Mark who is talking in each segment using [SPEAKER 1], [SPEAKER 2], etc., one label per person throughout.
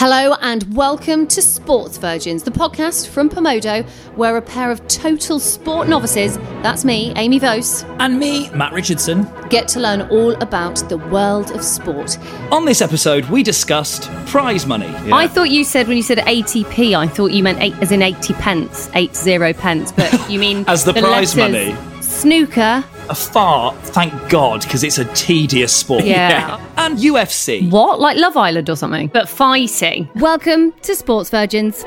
[SPEAKER 1] Hello and welcome to Sports Virgins, the podcast from Pomodo, where a pair of total sport novices, that's me, Amy Vose,
[SPEAKER 2] And me, Matt Richardson.
[SPEAKER 1] get to learn all about the world of sport.
[SPEAKER 2] On this episode, we discussed prize money.
[SPEAKER 3] I thought you said when you said ATP, I thought you meant eight, as in 80 pence, 80 pence, but you mean
[SPEAKER 2] As the prize
[SPEAKER 3] letters
[SPEAKER 2] money.
[SPEAKER 3] Snooker.
[SPEAKER 2] A fart, thank God, because it's a tedious sport.
[SPEAKER 3] Yeah.
[SPEAKER 2] And UFC.
[SPEAKER 3] What? Like Love Island or something? But fighting.
[SPEAKER 1] Welcome to Sports Virgins.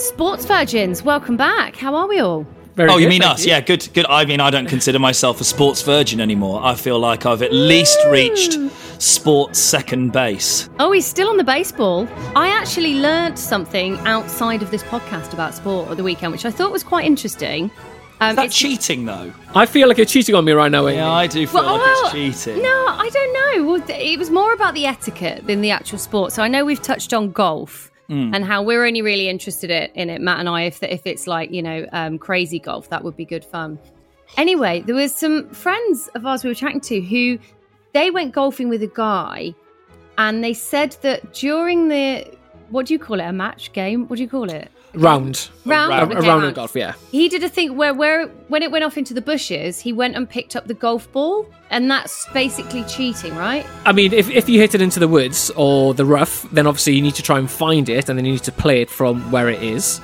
[SPEAKER 1] Sports Virgins, welcome back. How are we all?
[SPEAKER 4] Very
[SPEAKER 2] oh, you
[SPEAKER 4] good,
[SPEAKER 2] mean
[SPEAKER 4] thank
[SPEAKER 2] us?
[SPEAKER 4] you.
[SPEAKER 2] Yeah, good. Good. I mean, I don't consider myself a sports virgin anymore. I feel like I've at least
[SPEAKER 3] Mm.
[SPEAKER 2] reached sports second base.
[SPEAKER 3] Oh, he's still on the baseball. I actually learnt something outside of this podcast about sport at the weekend, which I thought was quite interesting. Um,
[SPEAKER 2] Is that
[SPEAKER 3] it's-
[SPEAKER 2] cheating, though?
[SPEAKER 4] I feel like you're cheating on me right now, eh? Amy.
[SPEAKER 2] Yeah, I do feel like
[SPEAKER 3] oh,
[SPEAKER 2] it's cheating.
[SPEAKER 3] No, I don't know. Well, th- It was more about the etiquette than the actual sport. So I know we've touched on golf
[SPEAKER 4] Hmm.
[SPEAKER 3] and how we're only really interested i- in it, Matt and I. If if it's like you know um, crazy golf, that would be good fun. Anyway, there was some friends of ours we were chatting to who they went golfing with a guy, and they said that during the what do you call it a match game? What do you call it?
[SPEAKER 4] Round.
[SPEAKER 3] Round,
[SPEAKER 4] A, a
[SPEAKER 2] round.
[SPEAKER 3] Okay,
[SPEAKER 4] round of
[SPEAKER 3] round.
[SPEAKER 4] golf, yeah.
[SPEAKER 3] He did a thing where, where when it went off into the bushes, he went and picked up the golf ball, and that's basically cheating, right?
[SPEAKER 4] I mean, if, if you hit it into the woods or the rough, then obviously you need to try and find it and then you need to play it from where it is.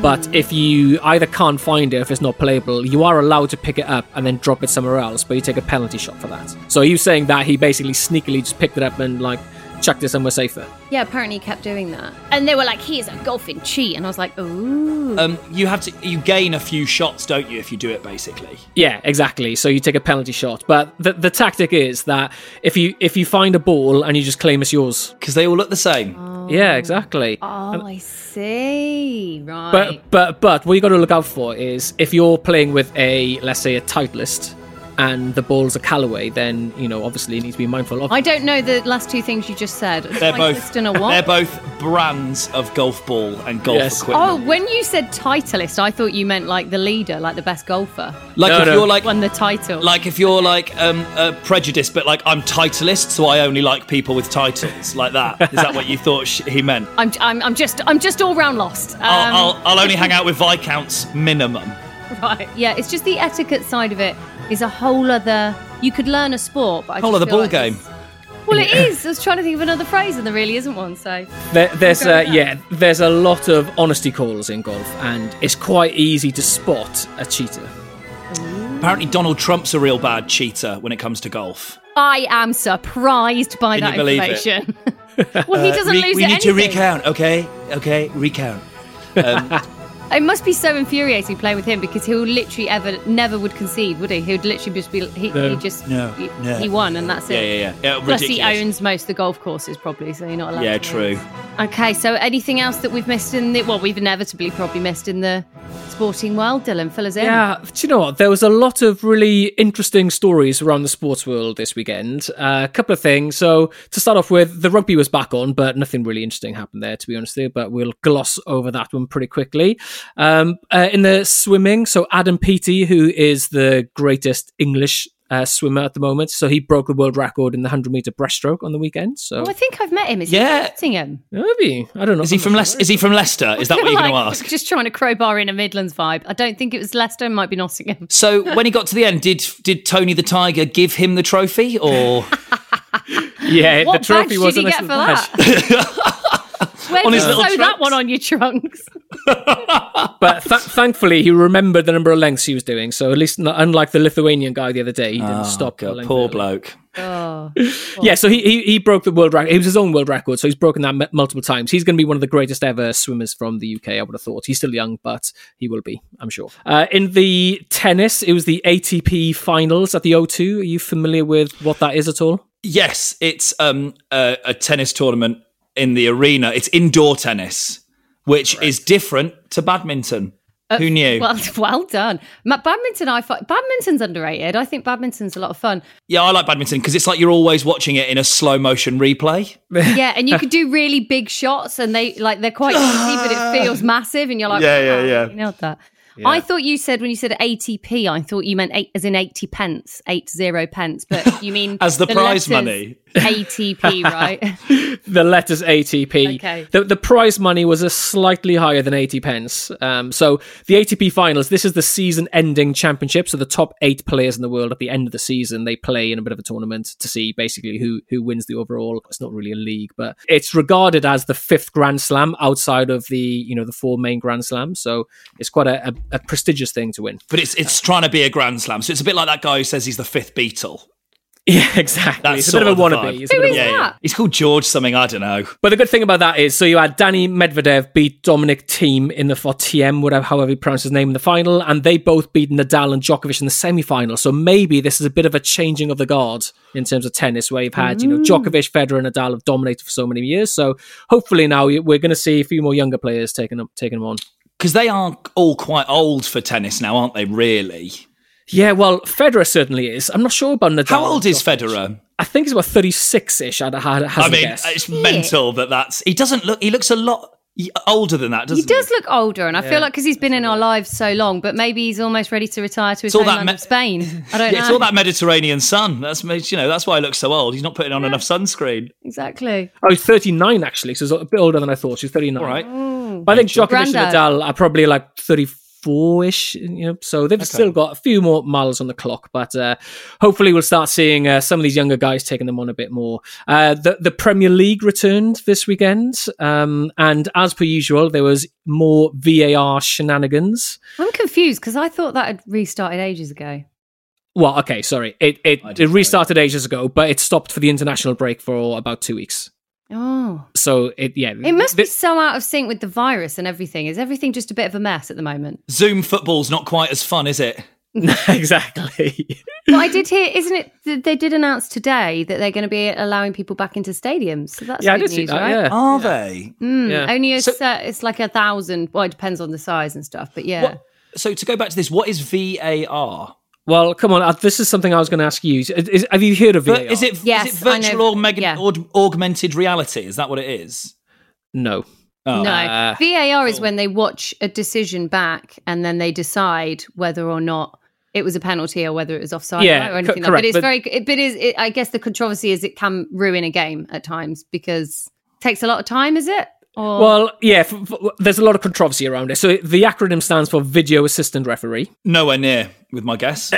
[SPEAKER 4] But
[SPEAKER 3] Mm.
[SPEAKER 4] if you either can't find it, if it's not playable, you are allowed to pick it up and then drop it somewhere else, but you take a penalty shot for that. So are you saying that he basically sneakily just picked it up and, like, chucked it somewhere safer?
[SPEAKER 3] Yeah, apparently he kept doing that. And they were like, he is a golfing cheat. And I was like, ooh.
[SPEAKER 2] Um, you have to. You gain a few shots, don't you, if you do it? Basically.
[SPEAKER 4] Yeah, exactly. So you take a penalty shot, but the, the tactic is that if you if you find a ball and you just claim it's yours.
[SPEAKER 2] Because they all look the same.
[SPEAKER 4] Yeah, exactly.
[SPEAKER 3] oh, I see. Right.
[SPEAKER 4] But but but what you got to look out for is if you're playing with a let's say a tight list and the ball's a Callaway, then you know obviously you need to be mindful of.
[SPEAKER 3] I don't know the last two things you just said.
[SPEAKER 2] They're
[SPEAKER 3] Tight
[SPEAKER 2] both.
[SPEAKER 3] list and a what?
[SPEAKER 2] They're both brands of golf ball and golf
[SPEAKER 4] Yes.
[SPEAKER 2] equipment.
[SPEAKER 3] Oh, when you said titleist, I thought you meant like the leader, like the best golfer.
[SPEAKER 2] Like
[SPEAKER 4] No,
[SPEAKER 2] if
[SPEAKER 4] no.
[SPEAKER 2] you're like
[SPEAKER 3] Won the title.
[SPEAKER 2] like if you're like um uh, prejudiced, but like I'm titleist, so I only like people with titles like that. Is that what you thought sh- he meant?
[SPEAKER 3] I'm, I'm, I'm just I'm just all round lost. Um,
[SPEAKER 2] I'll, I'll I'll only hang out with viscounts minimum.
[SPEAKER 3] right. Yeah, it's just the etiquette side of it is a whole other. You could learn a sport, but I
[SPEAKER 2] Whole
[SPEAKER 3] just
[SPEAKER 2] other
[SPEAKER 3] feel
[SPEAKER 2] ball
[SPEAKER 3] like this-
[SPEAKER 2] game.
[SPEAKER 3] Well, it is. I was trying to think of another phrase, and there really isn't one. So
[SPEAKER 4] There, there's uh, yeah, there's a lot of honesty calls in golf, and it's quite easy to spot a cheater.
[SPEAKER 2] Apparently, Donald Trump's a real bad cheater when it comes to golf.
[SPEAKER 3] I am surprised by
[SPEAKER 2] Can
[SPEAKER 3] that
[SPEAKER 2] you believe it? Uh,
[SPEAKER 3] information. well, he doesn't
[SPEAKER 2] we
[SPEAKER 3] lose
[SPEAKER 2] we
[SPEAKER 3] at
[SPEAKER 2] need to
[SPEAKER 3] anything.
[SPEAKER 2] recount, okay? Okay, recount.
[SPEAKER 3] It must be so infuriating playing with him because he'll literally ever never would concede, would he? He would literally just be he, he just
[SPEAKER 2] no,
[SPEAKER 3] he,
[SPEAKER 2] no.
[SPEAKER 3] he won and that's
[SPEAKER 2] Yeah,
[SPEAKER 3] it.
[SPEAKER 2] yeah, yeah. Yeah,
[SPEAKER 3] Plus, he
[SPEAKER 2] ridiculous.
[SPEAKER 3] owns most of the golf courses probably, so you're not allowed.
[SPEAKER 2] Yeah,
[SPEAKER 3] to
[SPEAKER 2] true.
[SPEAKER 3] Okay, so anything else that we've missed in the well, we've inevitably probably missed in the sporting world, Dylan, fill us in.
[SPEAKER 4] Yeah, do you know what? There was a lot of really interesting stories around the sports world this weekend. Uh, a couple of things. So to start off with, the rugby was back on, but nothing really interesting happened there, to be honest with you. But we'll gloss over that one pretty quickly. Um, uh, in the swimming, so Adam Peaty, who is the greatest English uh, swimmer at the moment, so he broke the world record in the 100 meter breaststroke on the weekend. So
[SPEAKER 3] Oh, I think I've met him. Is
[SPEAKER 2] Yeah.
[SPEAKER 3] he from Nottingham?
[SPEAKER 4] maybe I don't know.
[SPEAKER 2] Is he from Leicester? Is he from Leicester? Is that what you're going to
[SPEAKER 3] Like,
[SPEAKER 2] ask?
[SPEAKER 3] Just trying to crowbar in a Midlands vibe. I don't think it was Leicester. It might be Nottingham.
[SPEAKER 2] So when he got to the end, did did Tony the Tiger give him the trophy, or
[SPEAKER 4] Yeah,
[SPEAKER 3] What
[SPEAKER 4] the trophy
[SPEAKER 3] badge
[SPEAKER 4] was
[SPEAKER 3] did
[SPEAKER 4] a
[SPEAKER 3] he
[SPEAKER 4] nice
[SPEAKER 3] get for
[SPEAKER 4] badge.
[SPEAKER 3] that? Where
[SPEAKER 2] On
[SPEAKER 3] did you
[SPEAKER 2] his
[SPEAKER 3] sew that
[SPEAKER 2] little trunks?
[SPEAKER 3] one on your trunks?
[SPEAKER 4] But th- thankfully, he remembered the number of lengths he was doing. So at least, not, unlike the Lithuanian guy the other day, he didn't stop. at a
[SPEAKER 2] God,
[SPEAKER 4] length
[SPEAKER 2] Ah, poor
[SPEAKER 4] early.
[SPEAKER 2] bloke.
[SPEAKER 3] Oh,
[SPEAKER 4] Yeah, so he, he he broke the world record. It was his own world record, so he's broken that m- multiple times. He's going to be one of the greatest ever swimmers from the UK. I would have thought he's still young, but he will be, I'm sure. Uh, in the tennis, it was the ATP finals at the O2. Are you familiar with what that is at all?
[SPEAKER 2] Yes, it's um, a, a tennis tournament in the arena. It's indoor tennis, which is different to badminton.
[SPEAKER 4] Uh,
[SPEAKER 2] Who knew?
[SPEAKER 3] well, well done. Ma- Badminton, I fi- badminton's underrated. I think badminton's a lot of fun.
[SPEAKER 2] yeah, I like badminton because it's like you're always watching it in a slow motion replay.
[SPEAKER 3] Yeah, and you could do really big shots, and they like they're quite easy, but it feels massive, and you're like,
[SPEAKER 2] Yeah, yeah,
[SPEAKER 3] "Wow,
[SPEAKER 2] yeah."
[SPEAKER 3] you nailed that. I thought you said when you said ATP, I thought you meant eight, as in eighty pence, eight zero pence, but you mean
[SPEAKER 2] As the
[SPEAKER 3] letters
[SPEAKER 2] prize money.
[SPEAKER 3] ATP, right?
[SPEAKER 4] The letters ATP.
[SPEAKER 3] Okay.
[SPEAKER 4] The, the prize money was a slightly higher than 80 pence. Um, so the ATP finals, this is the season ending championship. So the top eight players in the world at the end of the season, they play in a bit of a tournament to see basically who, who wins the overall. It's not really a league, but it's regarded as the fifth Grand Slam outside of the, you know, the four main Grand Slams. So it's quite a, a, a prestigious thing to win.
[SPEAKER 2] But it's it's trying to be a grand slam, so it's a bit like that guy who says he's the fifth Beatle.
[SPEAKER 4] Yeah, exactly.
[SPEAKER 2] That's
[SPEAKER 4] it's a bit
[SPEAKER 2] sort
[SPEAKER 4] of a
[SPEAKER 2] of the
[SPEAKER 4] wannabe.
[SPEAKER 2] vibe.
[SPEAKER 4] It's a bit of a
[SPEAKER 3] is
[SPEAKER 2] yeah, yeah,
[SPEAKER 3] that?
[SPEAKER 2] he's called George something. I don't know.
[SPEAKER 4] But the good thing about that is, so you had Danny Medvedev beat Dominic Team in the for TM, whatever, however you pronounce his name in the final, and they both beat Nadal and Djokovic in the semi-final. So maybe this is a bit of a changing of the guard in terms of tennis, where you've had you know
[SPEAKER 2] Mm.
[SPEAKER 4] Djokovic, Federer, and Nadal have dominated for so many years. So hopefully now you- we're going to see a few more younger players taking them taking them on.
[SPEAKER 2] Because they are all quite old for tennis now, aren't they? Really?
[SPEAKER 4] Yeah, well, Federer certainly is. I'm not sure about Nadal.
[SPEAKER 2] How old is
[SPEAKER 4] Federer?
[SPEAKER 2] Federer?
[SPEAKER 4] I think he's about 36-ish. I'd, I'd, I'd
[SPEAKER 2] I mean,
[SPEAKER 4] guess.
[SPEAKER 2] it's mental that that's. He doesn't look. He looks a lot y- older than that, doesn't
[SPEAKER 3] he
[SPEAKER 2] he?
[SPEAKER 3] does look older, and I feel like because he's been in our lives so long, but maybe he's almost ready to retire to his
[SPEAKER 2] all that
[SPEAKER 3] homeland
[SPEAKER 2] me-
[SPEAKER 3] of Spain. I don't
[SPEAKER 2] Yeah, it's
[SPEAKER 3] know
[SPEAKER 2] all that Mediterranean sun. That's ma- you know that's why he looks so old. He's not putting on enough sunscreen.
[SPEAKER 3] exactly.
[SPEAKER 4] Oh, he's 39 actually, so he's a bit older than I thought. She's 39.
[SPEAKER 2] All right.
[SPEAKER 3] Oh.
[SPEAKER 4] But I think Djokovic
[SPEAKER 3] Grandad.
[SPEAKER 4] and Nadal are probably like 34-ish, you know, so they've still got a few more miles on the clock. But uh, hopefully we'll start seeing uh, some of these younger guys taking them on a bit more. Uh, the, the Premier League returned this weekend, um, and as per usual, there was more VAR shenanigans.
[SPEAKER 3] I'm confused because I thought that had restarted ages ago.
[SPEAKER 4] Well, okay, sorry. It, it, it restarted ages ago, but it stopped for the international break for about two weeks.
[SPEAKER 3] Oh,
[SPEAKER 4] So it, yeah,
[SPEAKER 3] it must
[SPEAKER 4] thi-
[SPEAKER 3] be so out of sync with the virus and everything. Is everything just a bit of a mess at the moment?
[SPEAKER 2] Zoom football's not quite as fun, is it?
[SPEAKER 4] exactly.
[SPEAKER 3] But I did hear, isn't it? th- They did announce today that they're going to be allowing people back into stadiums. So that's
[SPEAKER 4] yeah, I
[SPEAKER 3] good
[SPEAKER 4] did
[SPEAKER 3] news,
[SPEAKER 4] see that.
[SPEAKER 3] right?
[SPEAKER 4] Yeah.
[SPEAKER 2] Are they?
[SPEAKER 3] Mm,
[SPEAKER 4] Yeah.
[SPEAKER 3] Only a,
[SPEAKER 2] So-
[SPEAKER 3] cer- it's like a thousand. Well, it depends on the size and stuff. But yeah,
[SPEAKER 2] What, so to go back to this, what is VAR?
[SPEAKER 4] Well, come on. uh, This is something I was going to ask you. Is- is- have you heard of VAR?
[SPEAKER 2] But is it
[SPEAKER 3] Yes,
[SPEAKER 2] is it
[SPEAKER 3] I know.
[SPEAKER 2] virtual or mega,
[SPEAKER 3] Yeah.
[SPEAKER 2] aug- augmented reality? Is that what it is?
[SPEAKER 4] No.
[SPEAKER 2] Oh.
[SPEAKER 3] no.
[SPEAKER 4] uh,
[SPEAKER 3] VAR is when they watch a decision back and then they decide whether or not it was a penalty or whether it was offside
[SPEAKER 4] Yeah,
[SPEAKER 3] or
[SPEAKER 4] co-
[SPEAKER 3] anything.
[SPEAKER 4] correct,
[SPEAKER 3] like that. But it's
[SPEAKER 4] but-
[SPEAKER 3] very. It, but is it, I guess the controversy is it can ruin a game at times because it takes a lot of time. Is it?
[SPEAKER 2] Oh.
[SPEAKER 3] Or
[SPEAKER 4] Well, yeah. F- f- there's a lot of controversy around it. So the acronym stands for Video Assistant Referee.
[SPEAKER 2] Nowhere near, with my guess.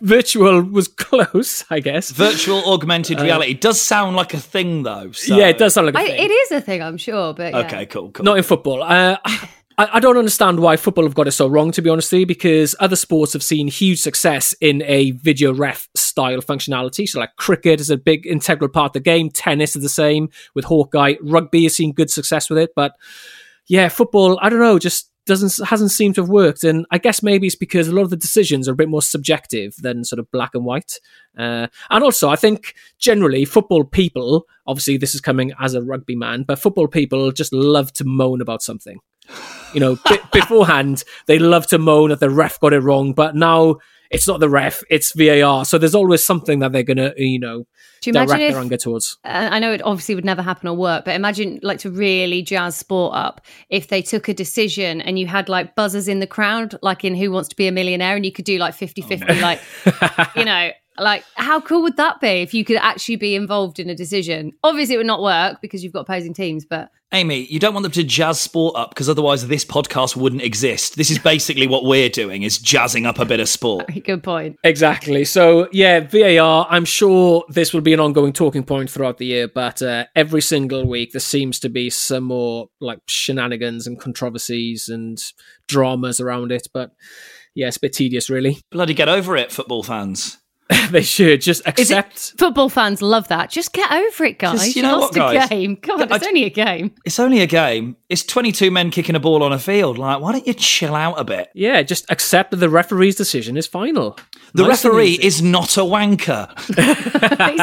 [SPEAKER 4] Virtual was close, I guess.
[SPEAKER 2] virtual augmented reality does sound like a thing, though. So.
[SPEAKER 4] yeah, it does sound like a
[SPEAKER 3] I,
[SPEAKER 4] thing.
[SPEAKER 3] it is a thing, I'm sure. But yeah.
[SPEAKER 2] Okay, cool, cool.
[SPEAKER 4] Not in football. Uh, I, I don't understand why football have got it so wrong, to be honest with you, because other sports have seen huge success in a video ref style functionality. So, like cricket is a big integral part of the game, tennis is the same with Hawkeye, rugby has seen good success with it. But yeah, football, I don't know, just doesn't hasn't seemed to have worked and i guess maybe it's because a lot of the decisions are a bit more subjective than sort of black and white uh, and also i think generally football people obviously this is coming as a rugby man but football people just love to moan about something you know b- beforehand they love to moan that the ref got it wrong but now it's not the ref it's var so there's always something that they're gonna you know
[SPEAKER 3] Do you
[SPEAKER 4] direct
[SPEAKER 3] imagine if-
[SPEAKER 4] their anger towards
[SPEAKER 3] and I know it obviously would never happen or work, but imagine like to really jazz sport up if they took a decision and you had like
[SPEAKER 2] Oh,
[SPEAKER 3] buzzers in the crowd, like in Who Wants to Be a Millionaire, and you could do like 50 50, like, you know, Like, how cool would that be if you could actually be involved in a decision? Obviously, it would not work because you've got opposing teams, but
[SPEAKER 2] Amy, you don't want them to jazz sport up because otherwise this podcast wouldn't exist. This is basically what we're doing is jazzing up a bit of sport.
[SPEAKER 3] good point.
[SPEAKER 4] Exactly. So yeah, VAR. I'm sure this will be an ongoing talking point throughout the year, but uh, every single week there seems to be some more like shenanigans and controversies and dramas around it. But yeah, it's a bit tedious, really.
[SPEAKER 2] Bloody get over it, football fans.
[SPEAKER 4] they should just accept.
[SPEAKER 3] Football fans love that. Just get over it, guys.
[SPEAKER 2] Just- you know
[SPEAKER 3] Lost
[SPEAKER 2] what, guys?
[SPEAKER 3] a game. God,
[SPEAKER 2] I-
[SPEAKER 3] it's only a game.
[SPEAKER 2] It's only a game. It's 22 men kicking a ball on a field. Like, why don't you chill out a bit?
[SPEAKER 4] Yeah, just accept that the referee's decision is final.
[SPEAKER 2] The
[SPEAKER 4] Nice and
[SPEAKER 2] referee
[SPEAKER 4] easy.
[SPEAKER 2] is not a wanker.
[SPEAKER 3] He's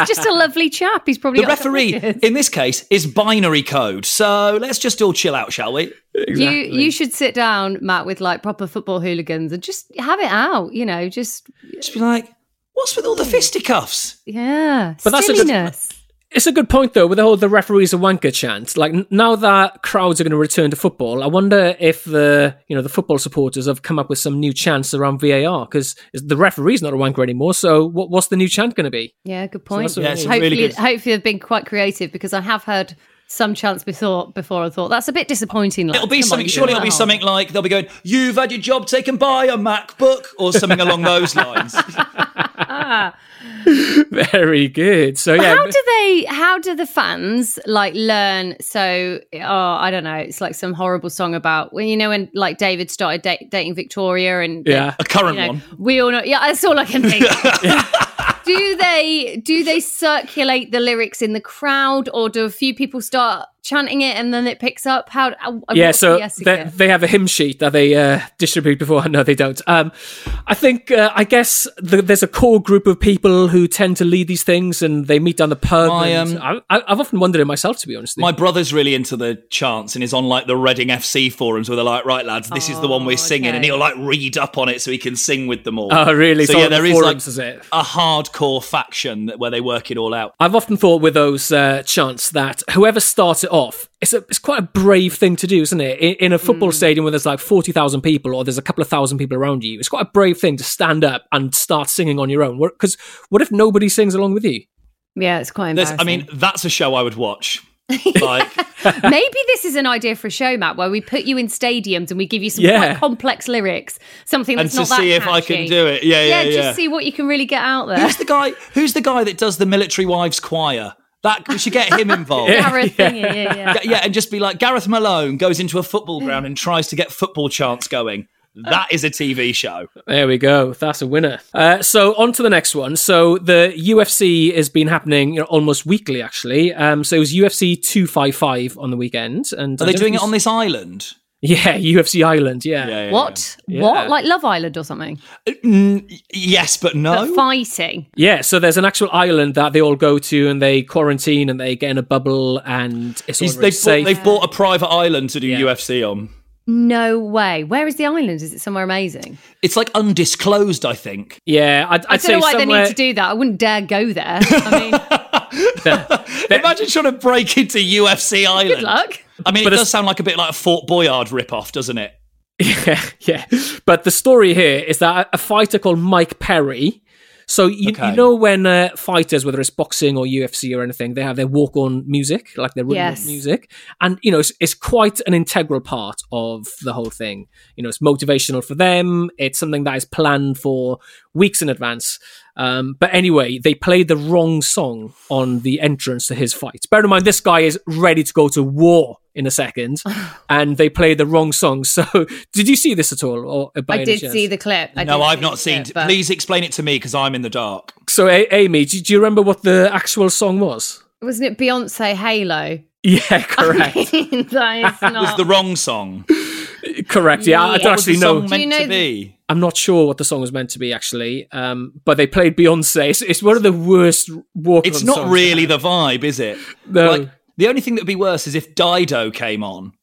[SPEAKER 3] just a lovely chap. He's probably
[SPEAKER 2] The
[SPEAKER 3] got some
[SPEAKER 2] referee,
[SPEAKER 3] ideas.
[SPEAKER 2] in this case, is binary code. So let's just all chill out, shall we?
[SPEAKER 3] You you should sit down, Matt, with like proper football hooligans and just have it out. You know, just
[SPEAKER 2] Just be like, what's with all the fisticuffs?
[SPEAKER 3] yeah,
[SPEAKER 4] But that's a good-
[SPEAKER 3] silliness.
[SPEAKER 4] It's a good point though, with the whole the referees a wanker chant. Like n- now that crowds are going to return to football, I wonder if the you know the football supporters have come up with some new chants around VAR because the referee's not a wanker anymore. So what, what's the new chant going to be?
[SPEAKER 3] yeah, good point.
[SPEAKER 4] that's what Yeah, I
[SPEAKER 2] it's mean. really
[SPEAKER 3] hopefully,
[SPEAKER 2] good.
[SPEAKER 3] hopefully they've been quite creative because I have heard some chance before. Before I thought that's a bit disappointing. Like,
[SPEAKER 2] It'll
[SPEAKER 3] come
[SPEAKER 2] be
[SPEAKER 3] on,
[SPEAKER 2] something,
[SPEAKER 3] you
[SPEAKER 2] surely
[SPEAKER 3] can
[SPEAKER 2] it'll be
[SPEAKER 3] have
[SPEAKER 2] something like they'll be going, You've had your job taken by a MacBook or something along those lines.
[SPEAKER 4] Very good. So
[SPEAKER 3] But
[SPEAKER 4] yeah,
[SPEAKER 3] how do they? How do the fans like learn? So, oh, I don't know. It's like some horrible song about when you know when like David started da- dating Victoria and
[SPEAKER 4] yeah.
[SPEAKER 2] A current
[SPEAKER 3] you know,
[SPEAKER 2] one.
[SPEAKER 3] We all know. Yeah, that's all I can think. do they do they circulate the lyrics in the crowd, or do a few people start chanting it and then it picks up? How? how
[SPEAKER 4] Yeah,
[SPEAKER 3] what's
[SPEAKER 4] so
[SPEAKER 3] the etiquette?
[SPEAKER 4] they, they have a hymn sheet that they uh, distribute before. No, they don't. Um, I think, uh, I guess the, there's a core group of people who tend to lead these things and they meet down the pub.
[SPEAKER 2] My, um,
[SPEAKER 4] and I, I- I've often wondered it myself, to be honest. with
[SPEAKER 2] My brother's really into the chants and is on like the Reading FC forums where they're like, right, lads, this is the one we're singing. And
[SPEAKER 3] Oh, okay.
[SPEAKER 2] he'll like read up on it so he can sing with them all.
[SPEAKER 4] Oh, really?
[SPEAKER 2] So,
[SPEAKER 4] So
[SPEAKER 2] yeah,
[SPEAKER 4] on the
[SPEAKER 2] there is
[SPEAKER 4] forums,
[SPEAKER 2] like
[SPEAKER 4] is it?
[SPEAKER 2] a hardcore faction that- where they work it all out.
[SPEAKER 4] I've often thought with those uh, chants that whoever starts it off, it's a, it's quite a brave thing to do, isn't it? In, in a football
[SPEAKER 2] Mm.
[SPEAKER 4] stadium where there's like forty thousand people or there's a couple of thousand people around you, it's quite a brave thing to stand up and start singing on your own. Because what if nobody sings along with you?
[SPEAKER 3] yeah, it's quite
[SPEAKER 2] There's,
[SPEAKER 3] embarrassing.
[SPEAKER 2] I mean, that's a show I would watch. Like,
[SPEAKER 3] Maybe this is an idea for a show, Matt, where we put you in stadiums and we give you some
[SPEAKER 4] Yeah.
[SPEAKER 3] quite complex lyrics, something
[SPEAKER 2] and
[SPEAKER 3] that's
[SPEAKER 2] to
[SPEAKER 3] not that
[SPEAKER 2] see if I can
[SPEAKER 3] catchy.
[SPEAKER 2] do it. Yeah,
[SPEAKER 3] Yeah,
[SPEAKER 2] yeah, yeah.
[SPEAKER 3] just see what you can really get out there.
[SPEAKER 2] Who's the guy? Who's the guy that does the military wives choir? That we should get him involved. yeah.
[SPEAKER 3] Gareth thingy, yeah, yeah.
[SPEAKER 2] yeah, and just be like Gareth Malone goes into a football ground and tries to get football chants going. That is a TV show.
[SPEAKER 4] There we go. That's a winner. Uh, so on to the next one. So the UFC has been happening you know, almost weekly, actually. Um, so it was UFC 255 on the weekend. And
[SPEAKER 2] Are they doing it on this island?
[SPEAKER 4] Yeah, UFC Island. Yeah.
[SPEAKER 2] Yeah, yeah,
[SPEAKER 3] What? What? Like Love Island or something?
[SPEAKER 2] Mm, yes, but no.
[SPEAKER 3] But fighting.
[SPEAKER 4] Yeah, So there's an actual island that they all go to, and they quarantine, and they get in a bubble, and it's all
[SPEAKER 2] Is-
[SPEAKER 4] very
[SPEAKER 2] they've, bought,
[SPEAKER 4] safe.
[SPEAKER 2] they've bought a private island to do UFC on.
[SPEAKER 3] No way. Where is the island? Is it somewhere amazing?
[SPEAKER 2] It's like undisclosed, I think.
[SPEAKER 4] yeah, I'd, I'd
[SPEAKER 3] I
[SPEAKER 4] say
[SPEAKER 3] don't know why
[SPEAKER 4] somewhere.
[SPEAKER 3] they need to do that. I wouldn't dare go there. I mean,
[SPEAKER 2] Imagine trying to break into UFC Island.
[SPEAKER 3] good luck.
[SPEAKER 2] I mean,
[SPEAKER 4] But
[SPEAKER 2] it
[SPEAKER 4] it's-
[SPEAKER 2] does sound like a bit like a Fort Boyard ripoff, doesn't it?
[SPEAKER 4] Yeah, yeah. But the story here is that a fighter called Mike Perry. So you,
[SPEAKER 2] Okay.
[SPEAKER 4] you know when uh, fighters, whether it's boxing or UFC or anything, they have their walk-on music, like their rhythm
[SPEAKER 3] Yes.
[SPEAKER 4] music, and you know it's, it's quite an integral part of the whole thing. You know, it's motivational for them. It's something that is planned for weeks in advance. Um, but anyway, they played the wrong song on the entrance to his fight. Bear in mind, this guy is ready to go to war in a second, and they played the wrong song. So, did you see this at all? Or
[SPEAKER 3] I
[SPEAKER 4] by any
[SPEAKER 3] did
[SPEAKER 4] chance?
[SPEAKER 3] see the clip. I
[SPEAKER 2] no,
[SPEAKER 3] did
[SPEAKER 2] I've
[SPEAKER 3] see
[SPEAKER 2] not
[SPEAKER 3] the
[SPEAKER 2] seen.
[SPEAKER 3] clip, but-
[SPEAKER 2] Please explain it to me because I'm in the dark.
[SPEAKER 4] So, a- Amy, do, do you remember what the actual song was?
[SPEAKER 3] Wasn't it Beyonce Halo?
[SPEAKER 4] Yeah, correct,
[SPEAKER 3] that is
[SPEAKER 2] It was
[SPEAKER 3] not.
[SPEAKER 2] the wrong song.
[SPEAKER 4] correct. Yeah, I
[SPEAKER 3] Yeah.
[SPEAKER 4] don't
[SPEAKER 2] What was the
[SPEAKER 4] actually know.
[SPEAKER 2] song meant
[SPEAKER 3] you Oh. know
[SPEAKER 2] to
[SPEAKER 3] the-
[SPEAKER 2] be?
[SPEAKER 4] I'm not sure what the song was meant to be actually, um, but they played Beyonce. It's, it's one of the worst walk.
[SPEAKER 2] It's not really the vibe, is it?
[SPEAKER 4] No.
[SPEAKER 2] Like the only thing that would be worse is if Dido came on.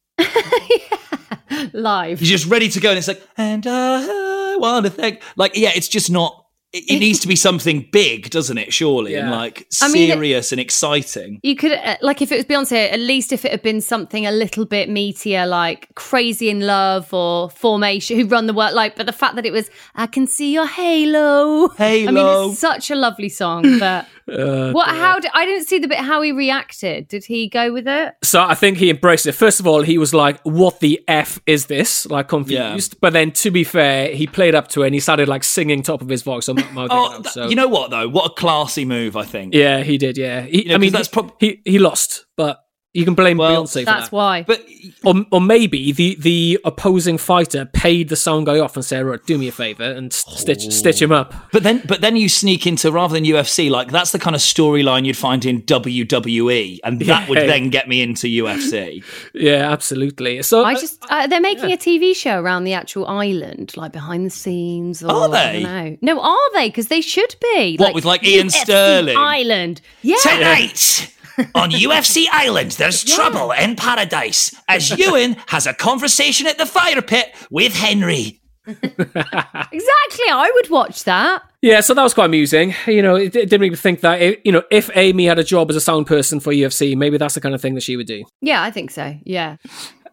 [SPEAKER 3] live.
[SPEAKER 2] You're just ready to go, and it's like, and I want to thank. Like, yeah, it's just not. it, it needs to be something big, doesn't it? Surely, and
[SPEAKER 4] Yeah.
[SPEAKER 2] like
[SPEAKER 3] I mean, it-
[SPEAKER 2] serious and exciting.
[SPEAKER 3] You could, uh, like, if it was Beyonce, at least if it had been something a little bit meatier, like Crazy in Love or Formation, who run the world, like, but the fact that it was, I can see your halo. I mean,
[SPEAKER 2] Halo. Uh,
[SPEAKER 3] it's such a lovely song, but what, how did, I didn't see the bit how he reacted. Did he go with it?
[SPEAKER 4] So I think he embraced it. First of all, he was like, "What the f is this?" Like confused. But then, to be fair, he played up to it and he started like singing top of his voice. On my
[SPEAKER 2] Oh, th-
[SPEAKER 4] so
[SPEAKER 2] you know what though? What a classy move, I think.
[SPEAKER 4] yeah, he did. Yeah, he,
[SPEAKER 2] know,
[SPEAKER 4] I
[SPEAKER 2] 'cause
[SPEAKER 4] mean,
[SPEAKER 2] that's
[SPEAKER 4] that's
[SPEAKER 2] prob-
[SPEAKER 4] he he lost, but you can blame
[SPEAKER 2] Well,
[SPEAKER 4] Beyonce for
[SPEAKER 3] That's
[SPEAKER 4] that.
[SPEAKER 3] why.
[SPEAKER 2] But
[SPEAKER 4] or, or maybe the, the opposing fighter paid the sound guy off and said, "Right, do me a favor and s- stitch stitch
[SPEAKER 2] Oh.
[SPEAKER 4] him up."
[SPEAKER 2] but then but then you sneak into rather than UFC, like that's the kind of storyline you'd find in WWE, and that would
[SPEAKER 4] Yeah.
[SPEAKER 2] then get me into UFC.
[SPEAKER 4] Yeah, absolutely. So
[SPEAKER 3] I just uh, they're making a TV show around the actual island, like behind the scenes. Or,
[SPEAKER 2] Are
[SPEAKER 3] I
[SPEAKER 2] they?
[SPEAKER 3] don't know. No, are they? Because they should be.
[SPEAKER 2] What, with, like, Ian
[SPEAKER 3] UFC
[SPEAKER 2] Sterling?
[SPEAKER 3] Island. Yeah.
[SPEAKER 2] Tonight on UFC Island, there's trouble in paradise as Ewan has a conversation at the fire pit with Henry.
[SPEAKER 3] Exactly. I would watch that.
[SPEAKER 4] yeah, so that was quite amusing. You know, it, it didn't make me think that it, you know if Amy had a job as a sound person for UFC, maybe that's the kind of thing that she would do.
[SPEAKER 3] Yeah, I think so. Yeah.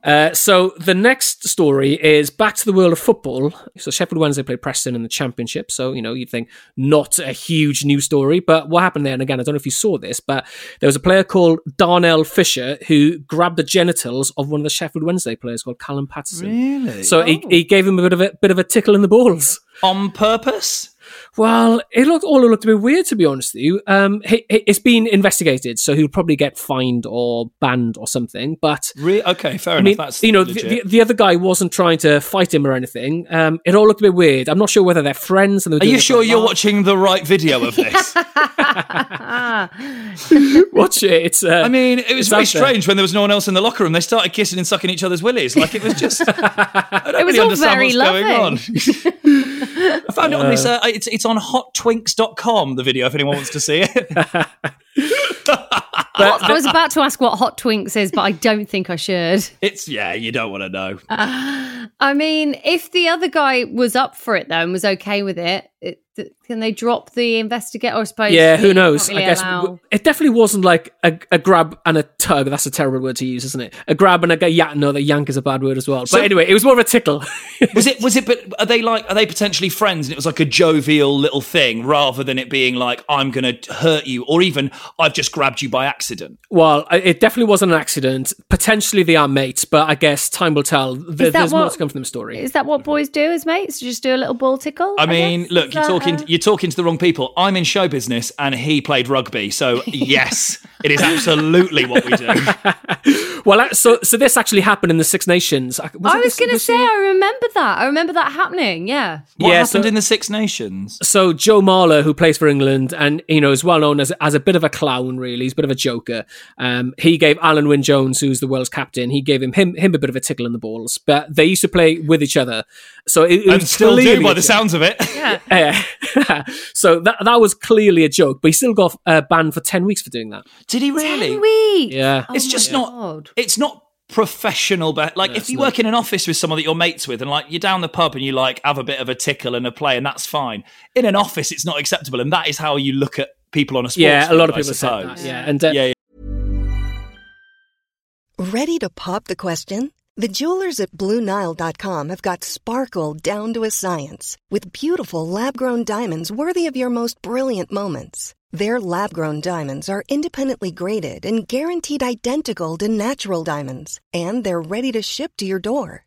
[SPEAKER 4] Uh, so the next story is back to the world of football. So Sheffield Wednesday played Preston in the Championship. So you know you'd think not a huge news story, but what happened there? And again, I don't know if you saw this, but there was a player called Darnell Fisher who grabbed the genitals of one of the Sheffield Wednesday players called Callum Patterson.
[SPEAKER 2] Really?
[SPEAKER 4] So he, he gave him a bit of a bit of a tickle in the balls.
[SPEAKER 2] On purpose?
[SPEAKER 4] Well, it looked all looked a bit weird to be honest with you. Um, he, he- it's been investigated, so he'll probably get fined or banned or something. But
[SPEAKER 2] Re- okay, fair
[SPEAKER 4] I
[SPEAKER 2] enough.
[SPEAKER 4] mean,
[SPEAKER 2] That's
[SPEAKER 4] you know, the,
[SPEAKER 2] legit.
[SPEAKER 4] the, the other guy wasn't trying to fight him or anything. Um, it all looked a bit weird. I'm not sure whether they're friends. And they were
[SPEAKER 2] Are
[SPEAKER 4] doing
[SPEAKER 2] you
[SPEAKER 4] it for
[SPEAKER 2] sure you're
[SPEAKER 4] laughs.
[SPEAKER 2] watching the right video of this?
[SPEAKER 4] Watch it. It's. Uh,
[SPEAKER 2] I mean, it was
[SPEAKER 4] It's
[SPEAKER 2] very
[SPEAKER 4] out there.
[SPEAKER 2] strange when there was no one else in the locker room. They started kissing and sucking each other's willies. Like it was just. I don't
[SPEAKER 3] It was
[SPEAKER 2] really
[SPEAKER 3] all
[SPEAKER 2] understand
[SPEAKER 3] very
[SPEAKER 2] what's going on. I found it on this. Uh, it's it's on hottwinks.com. The video, if anyone wants to see it.
[SPEAKER 3] I was about to ask what hot twinks is, but I don't think I should.
[SPEAKER 2] It's yeah, you don't want to know.
[SPEAKER 3] I mean, if the other guy was up for it though and was okay with it, it th- can they drop the investigator? Or I suppose.
[SPEAKER 4] yeah, who
[SPEAKER 3] you can't
[SPEAKER 4] knows?
[SPEAKER 3] really
[SPEAKER 4] I guess
[SPEAKER 3] allow-
[SPEAKER 4] w- it definitely wasn't like a, a grab and a tug. That's a terrible word to use, isn't it? A grab and a g- yeah. No, the yank is a bad word as well. but anyway, it was more of a tickle.
[SPEAKER 2] Was it? Was it? But are they like? Are they potentially friends? And it was like a jovial little thing, rather than it being like I'm going to hurt you, or even I've just grabbed you by accident.
[SPEAKER 4] well, I- it definitely wasn't an accident. Potentially they are mates, but I guess time will tell. There-
[SPEAKER 3] Is that
[SPEAKER 4] there's more
[SPEAKER 3] what-
[SPEAKER 4] to come from the story.
[SPEAKER 3] Is that what boys do as mates? Just do a little ball tickle?
[SPEAKER 2] I mean,
[SPEAKER 3] guess?
[SPEAKER 2] look,
[SPEAKER 3] Is
[SPEAKER 2] you're
[SPEAKER 3] that,
[SPEAKER 2] talking
[SPEAKER 3] uh,
[SPEAKER 2] you're talking to the wrong people. I'm in show business, and he played rugby, so yes, it is absolutely what we do.
[SPEAKER 4] Well, I- so so this actually happened in the Six Nations. I
[SPEAKER 3] I was going to say, I remember that. I remember that happening. Yeah.
[SPEAKER 2] What
[SPEAKER 4] Yeah, so-
[SPEAKER 2] happened in the Six Nations?
[SPEAKER 4] so Joe Marler, who plays for England and you know is well known as as a bit of a clown, really, he's a bit of a joker. Um, he gave Alan Wynne Jones, who's the world's captain, he gave him him him a bit of a tickle in the balls. But they used to play with each other, so it, it
[SPEAKER 2] And
[SPEAKER 4] was
[SPEAKER 2] still do
[SPEAKER 4] clearly
[SPEAKER 2] by
[SPEAKER 4] a
[SPEAKER 2] the
[SPEAKER 4] joke.
[SPEAKER 2] sounds of it.
[SPEAKER 4] Yeah. so that that was clearly a joke, but he still got uh, banned for ten weeks for doing that.
[SPEAKER 2] Did he really?
[SPEAKER 3] Sweet.
[SPEAKER 4] Yeah.
[SPEAKER 2] It's
[SPEAKER 3] Oh my
[SPEAKER 2] just
[SPEAKER 3] God.
[SPEAKER 2] not. It's not professional but like if you work in an office with someone that you're mates with and like you're down the pub and you like have a bit of a tickle and a play and that's fine in an office it's not acceptable and that is how you look at people on a sports
[SPEAKER 4] yeah, a lot
[SPEAKER 2] field,
[SPEAKER 4] of people
[SPEAKER 2] I
[SPEAKER 4] said that.
[SPEAKER 2] suppose.
[SPEAKER 4] Yeah, and uh,
[SPEAKER 2] yeah, yeah.
[SPEAKER 5] Ready to pop the question? The jewelers at BlueNile.com have got sparkle down to a science with beautiful lab grown diamonds worthy of your most brilliant moments. Their lab grown diamonds are independently graded and guaranteed identical to natural diamonds, and they're ready to ship to your door.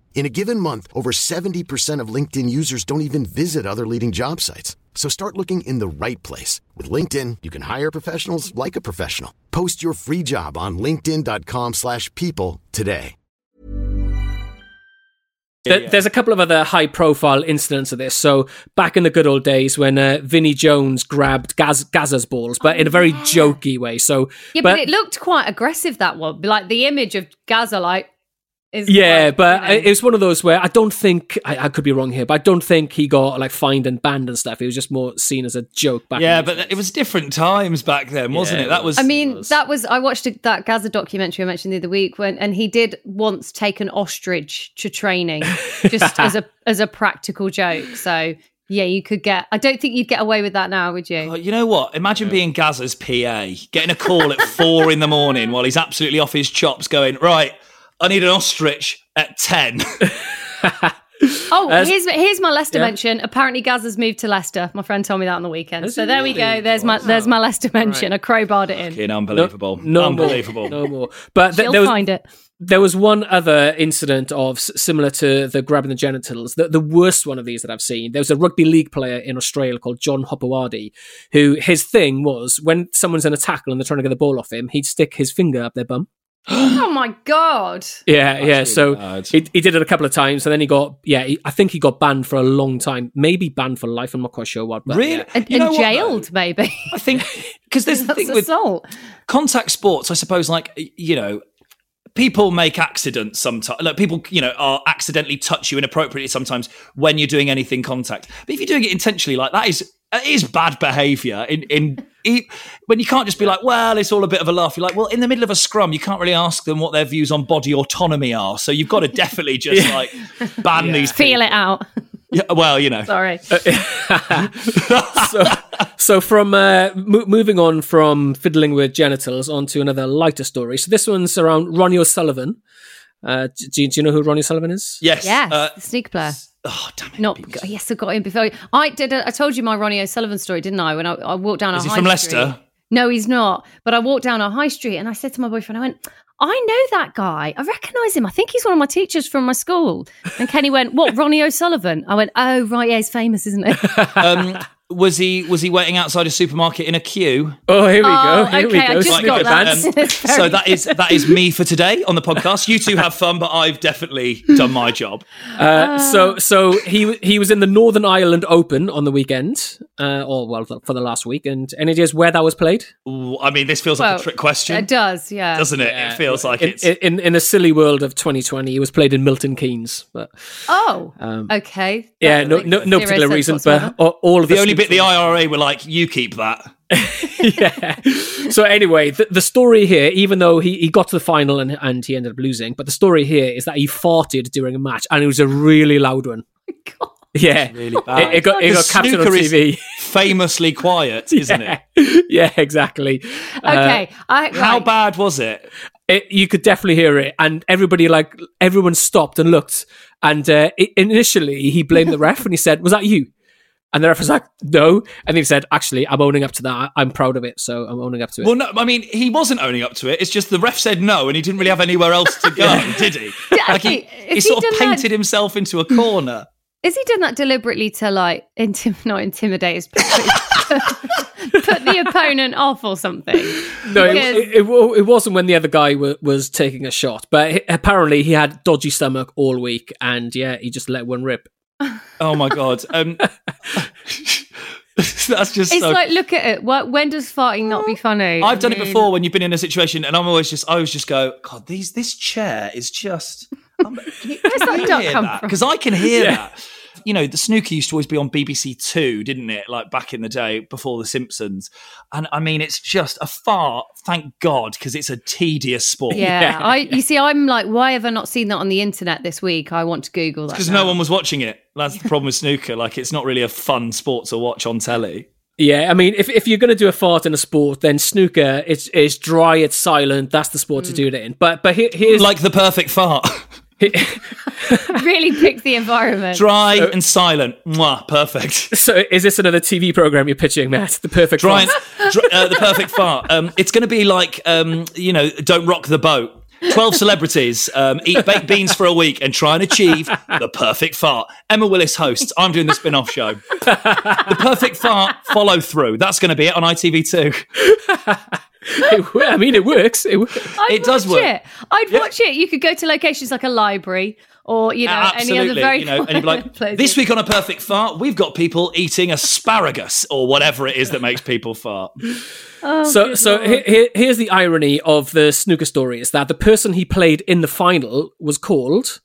[SPEAKER 6] In a given month, over 70% of LinkedIn users don't even visit other leading job sites. So start looking in the right place. With LinkedIn, you can hire professionals like a professional. Post your free job on linkedin.com/people slash people today.
[SPEAKER 4] There, There's a couple of other high profile incidents of this. So, back in the good old days when uh, Vinnie Jones grabbed Gaz- Gaza's balls, but in a very jokey way. So,
[SPEAKER 3] Oh, Yeah, but, it looked quite aggressive that one. Like the image of Gaza, like is
[SPEAKER 4] Yeah,
[SPEAKER 3] like,
[SPEAKER 4] but
[SPEAKER 3] you
[SPEAKER 4] I-
[SPEAKER 3] know.
[SPEAKER 4] it was one of those where I don't think I, I could be wrong here, but I don't think he got like fined and banned and stuff. It was just more seen as a joke back.
[SPEAKER 2] Yeah,
[SPEAKER 4] in the
[SPEAKER 2] but it was different times back then, wasn't
[SPEAKER 4] Yeah,
[SPEAKER 2] it?
[SPEAKER 4] it
[SPEAKER 2] That was.
[SPEAKER 4] was.
[SPEAKER 3] I mean,
[SPEAKER 4] was-
[SPEAKER 3] that was I watched a, that Gaza documentary I mentioned the other week when, and he did once take an ostrich to training, just as a as a practical joke. So yeah, you could get. I don't think you'd get away with that now, would you?
[SPEAKER 2] Oh, you know what? Imagine being Gaza's PA, getting a call at four in the morning while he's absolutely off his chops, going right. I need an ostrich at ten.
[SPEAKER 3] Oh,
[SPEAKER 4] As-
[SPEAKER 3] here's here's my Leicester
[SPEAKER 4] Yeah.
[SPEAKER 3] mention. Apparently, Gaza's moved to Leicester. My friend told me that on the weekend.
[SPEAKER 4] Has
[SPEAKER 3] So
[SPEAKER 4] he
[SPEAKER 3] there we go.
[SPEAKER 4] really?
[SPEAKER 3] There's my there's my Leicester mention. I crowbarred it in.
[SPEAKER 2] Fucking unbelievable,
[SPEAKER 4] No
[SPEAKER 2] unbelievable.
[SPEAKER 4] more, no more. But th-
[SPEAKER 3] You'll
[SPEAKER 4] there was
[SPEAKER 3] find it.
[SPEAKER 4] there was one other incident of s- similar to the grabbing the genitals, the, the worst one of these that I've seen. There was a rugby league player in Australia called John Hopewadi, who his thing was when someone's in a tackle and they're trying to get the ball off him, he'd stick his finger up their bum.
[SPEAKER 3] Oh my god.
[SPEAKER 4] Yeah, yeah. So
[SPEAKER 2] bad.
[SPEAKER 4] he, he did it a couple of times, and then he got yeah. He, I think he got banned for a long time, maybe banned for life. I'm not quite sure what. But
[SPEAKER 2] Really?
[SPEAKER 4] yeah.
[SPEAKER 3] And,
[SPEAKER 2] You know
[SPEAKER 3] and
[SPEAKER 2] what, though?
[SPEAKER 3] jailed maybe.
[SPEAKER 2] I think because there's the
[SPEAKER 3] That's
[SPEAKER 2] thing with
[SPEAKER 3] assault.
[SPEAKER 2] contact sports, I suppose, like, y- you know, people make accidents sometimes. Like, people, you know, are accidentally touch you inappropriately sometimes when you're doing anything contact. But if you're doing it intentionally, like, that is. It is bad behaviour in in e- when you can't just be like, well, it's all a bit of a laugh. You're like, well, in the middle of a scrum, you can't really ask them what their views on body autonomy are. So you've got to definitely just like ban these.
[SPEAKER 3] Feel it out.
[SPEAKER 2] Yeah, well, you know,
[SPEAKER 3] Sorry.
[SPEAKER 4] so, so from uh, mo- moving on from fiddling with genitals onto another lighter story. So this one's around Ronnie O'Sullivan. Uh, d- do, you- do you know who Ronnie O'Sullivan is?
[SPEAKER 2] yes,
[SPEAKER 3] yes,
[SPEAKER 2] Uh,
[SPEAKER 3] the sneaker player.
[SPEAKER 2] oh damn it!
[SPEAKER 3] Not yes, I got in before. I did. I told you my Ronnie O'Sullivan story, didn't I? When I, I walked down.
[SPEAKER 2] Is
[SPEAKER 3] a
[SPEAKER 2] he
[SPEAKER 3] high
[SPEAKER 2] from
[SPEAKER 3] street.
[SPEAKER 2] Leicester?
[SPEAKER 3] No, he's not. But I walked down a high street and I said to my boyfriend, I went, I know that guy. I recognise him. I think he's one of my teachers from my school. And Kenny went, What, Ronnie O'Sullivan? I went, Oh, right. Yeah, he's famous, isn't he?
[SPEAKER 2] Um, was he was he waiting outside a supermarket in a queue?
[SPEAKER 4] Oh, here we
[SPEAKER 3] Oh,
[SPEAKER 4] go.
[SPEAKER 3] okay,
[SPEAKER 4] Here we go.
[SPEAKER 3] I just
[SPEAKER 4] Sneak
[SPEAKER 3] got that.
[SPEAKER 4] advance.
[SPEAKER 2] Um,
[SPEAKER 3] It's
[SPEAKER 2] so
[SPEAKER 3] very-
[SPEAKER 2] that is that is me for today on the podcast. You two have fun, but I've definitely done my job.
[SPEAKER 3] Ah.
[SPEAKER 4] Uh, so so he w- he was in the Northern Ireland Open on the weekend, uh, or well for the last week. And any ideas where that was played?
[SPEAKER 2] Ooh, I mean, this feels like a
[SPEAKER 3] Well,
[SPEAKER 2] trick question,
[SPEAKER 3] It does, yeah.
[SPEAKER 2] doesn't it? it feels like
[SPEAKER 4] in,
[SPEAKER 2] it's.
[SPEAKER 4] in in the silly world of 2020, he was played in Milton Keynes, but
[SPEAKER 3] Oh, okay. That
[SPEAKER 4] yeah, no
[SPEAKER 3] makes
[SPEAKER 4] no, no
[SPEAKER 3] zero
[SPEAKER 4] particular
[SPEAKER 3] sense
[SPEAKER 4] reason.
[SPEAKER 3] whatsoever.
[SPEAKER 4] But a- all of
[SPEAKER 2] the only
[SPEAKER 4] sneak-
[SPEAKER 2] bit the IRA were like, you keep that.
[SPEAKER 4] yeah. So anyway, the, the story here, even though he, he got to the final and, and he ended up losing, but the story here is that he farted during a match, and it was a really loud one. Yeah, really
[SPEAKER 2] bad.
[SPEAKER 4] It, it got it
[SPEAKER 2] The
[SPEAKER 4] got captured on
[SPEAKER 2] snooker is-
[SPEAKER 4] TV.
[SPEAKER 2] Famously quiet, isn't it?
[SPEAKER 4] yeah, exactly.
[SPEAKER 3] okay. I, right.
[SPEAKER 2] How bad was it?
[SPEAKER 4] it, you could definitely hear it and everybody like everyone stopped and looked and uh, i initially he blamed the ref and he said was that you and the ref was like no and he said actually i'm owning up to that i'm proud of it so i'm owning up to it
[SPEAKER 2] Well, no, I mean, he wasn't owning up to it. It's just the ref said no, and he didn't really have anywhere else to go, did he? Like he,
[SPEAKER 3] If
[SPEAKER 2] he
[SPEAKER 3] he'd
[SPEAKER 2] sort of
[SPEAKER 3] done that-
[SPEAKER 2] painted himself into a corner.
[SPEAKER 3] Is he done that deliberately to like intim- not intimidate, his- put, put the opponent off or something?
[SPEAKER 4] no it,
[SPEAKER 3] because-
[SPEAKER 4] it, it, wa- it wasn't when the other guy wa was taking a shot but he- apparently he had dodgy stomach all week and yeah he just let one rip
[SPEAKER 2] Oh my god. Um, that's just
[SPEAKER 3] It's
[SPEAKER 2] so
[SPEAKER 3] like look at it. What, when does farting not be funny?
[SPEAKER 2] I've done
[SPEAKER 3] I
[SPEAKER 2] it
[SPEAKER 3] mean,
[SPEAKER 2] before when you've been in a situation, and I'm always just, I always just go, God, these, this chair is just. I'm- Can you, can
[SPEAKER 3] Where's that
[SPEAKER 2] you
[SPEAKER 3] duck
[SPEAKER 2] hear
[SPEAKER 3] come
[SPEAKER 2] that?
[SPEAKER 3] from?
[SPEAKER 2] Because I can hear that. You know, the snooker used to always be on BBC Two, didn't it? Like back in the day before The Simpsons. And I mean, it's just a fart, thank God, because it's a tedious sport.
[SPEAKER 3] Yeah, I you see, I'm like, why have I not seen that on the internet this week? I want to Google that.
[SPEAKER 2] Because
[SPEAKER 3] now.
[SPEAKER 2] no one was watching it. That's the problem with snooker. Like, it's not really a fun sport to watch on telly.
[SPEAKER 4] yeah, I mean, if, if you're going to do a fart in a sport, then snooker, it's it's dry, it's silent. That's the sport to do it in. But but here, here's
[SPEAKER 2] Like the perfect fart.
[SPEAKER 3] really picked the environment.
[SPEAKER 2] Dry and silent. Mwah, perfect.
[SPEAKER 4] So is this another TV program you're pitching, Matt? The perfect
[SPEAKER 2] Brian,
[SPEAKER 4] Fart?
[SPEAKER 2] dr- uh, the perfect fart. Um, it's going to be like, um, you know, don't rock the boat. 12 celebrities um, eat baked beans for a week and try and achieve the perfect fart. Emma Willis hosts. I'm doing the spin off show. The perfect fart follow through. That's going to be it on ITV2.
[SPEAKER 4] It w- I mean, it works. It works.
[SPEAKER 3] I'd
[SPEAKER 2] It does
[SPEAKER 3] watch
[SPEAKER 2] work.
[SPEAKER 3] It. I'd watch it. You could go to locations like a library or you know
[SPEAKER 2] Absolutely.
[SPEAKER 3] any other very
[SPEAKER 2] you know, and you'd be
[SPEAKER 3] quiet
[SPEAKER 2] like,
[SPEAKER 3] places.
[SPEAKER 2] this week on A Perfect Fart, we've got people eating asparagus or whatever it is that makes people fart.
[SPEAKER 4] so so he, he, here's the irony of the snooker story is that the person he played in the final was called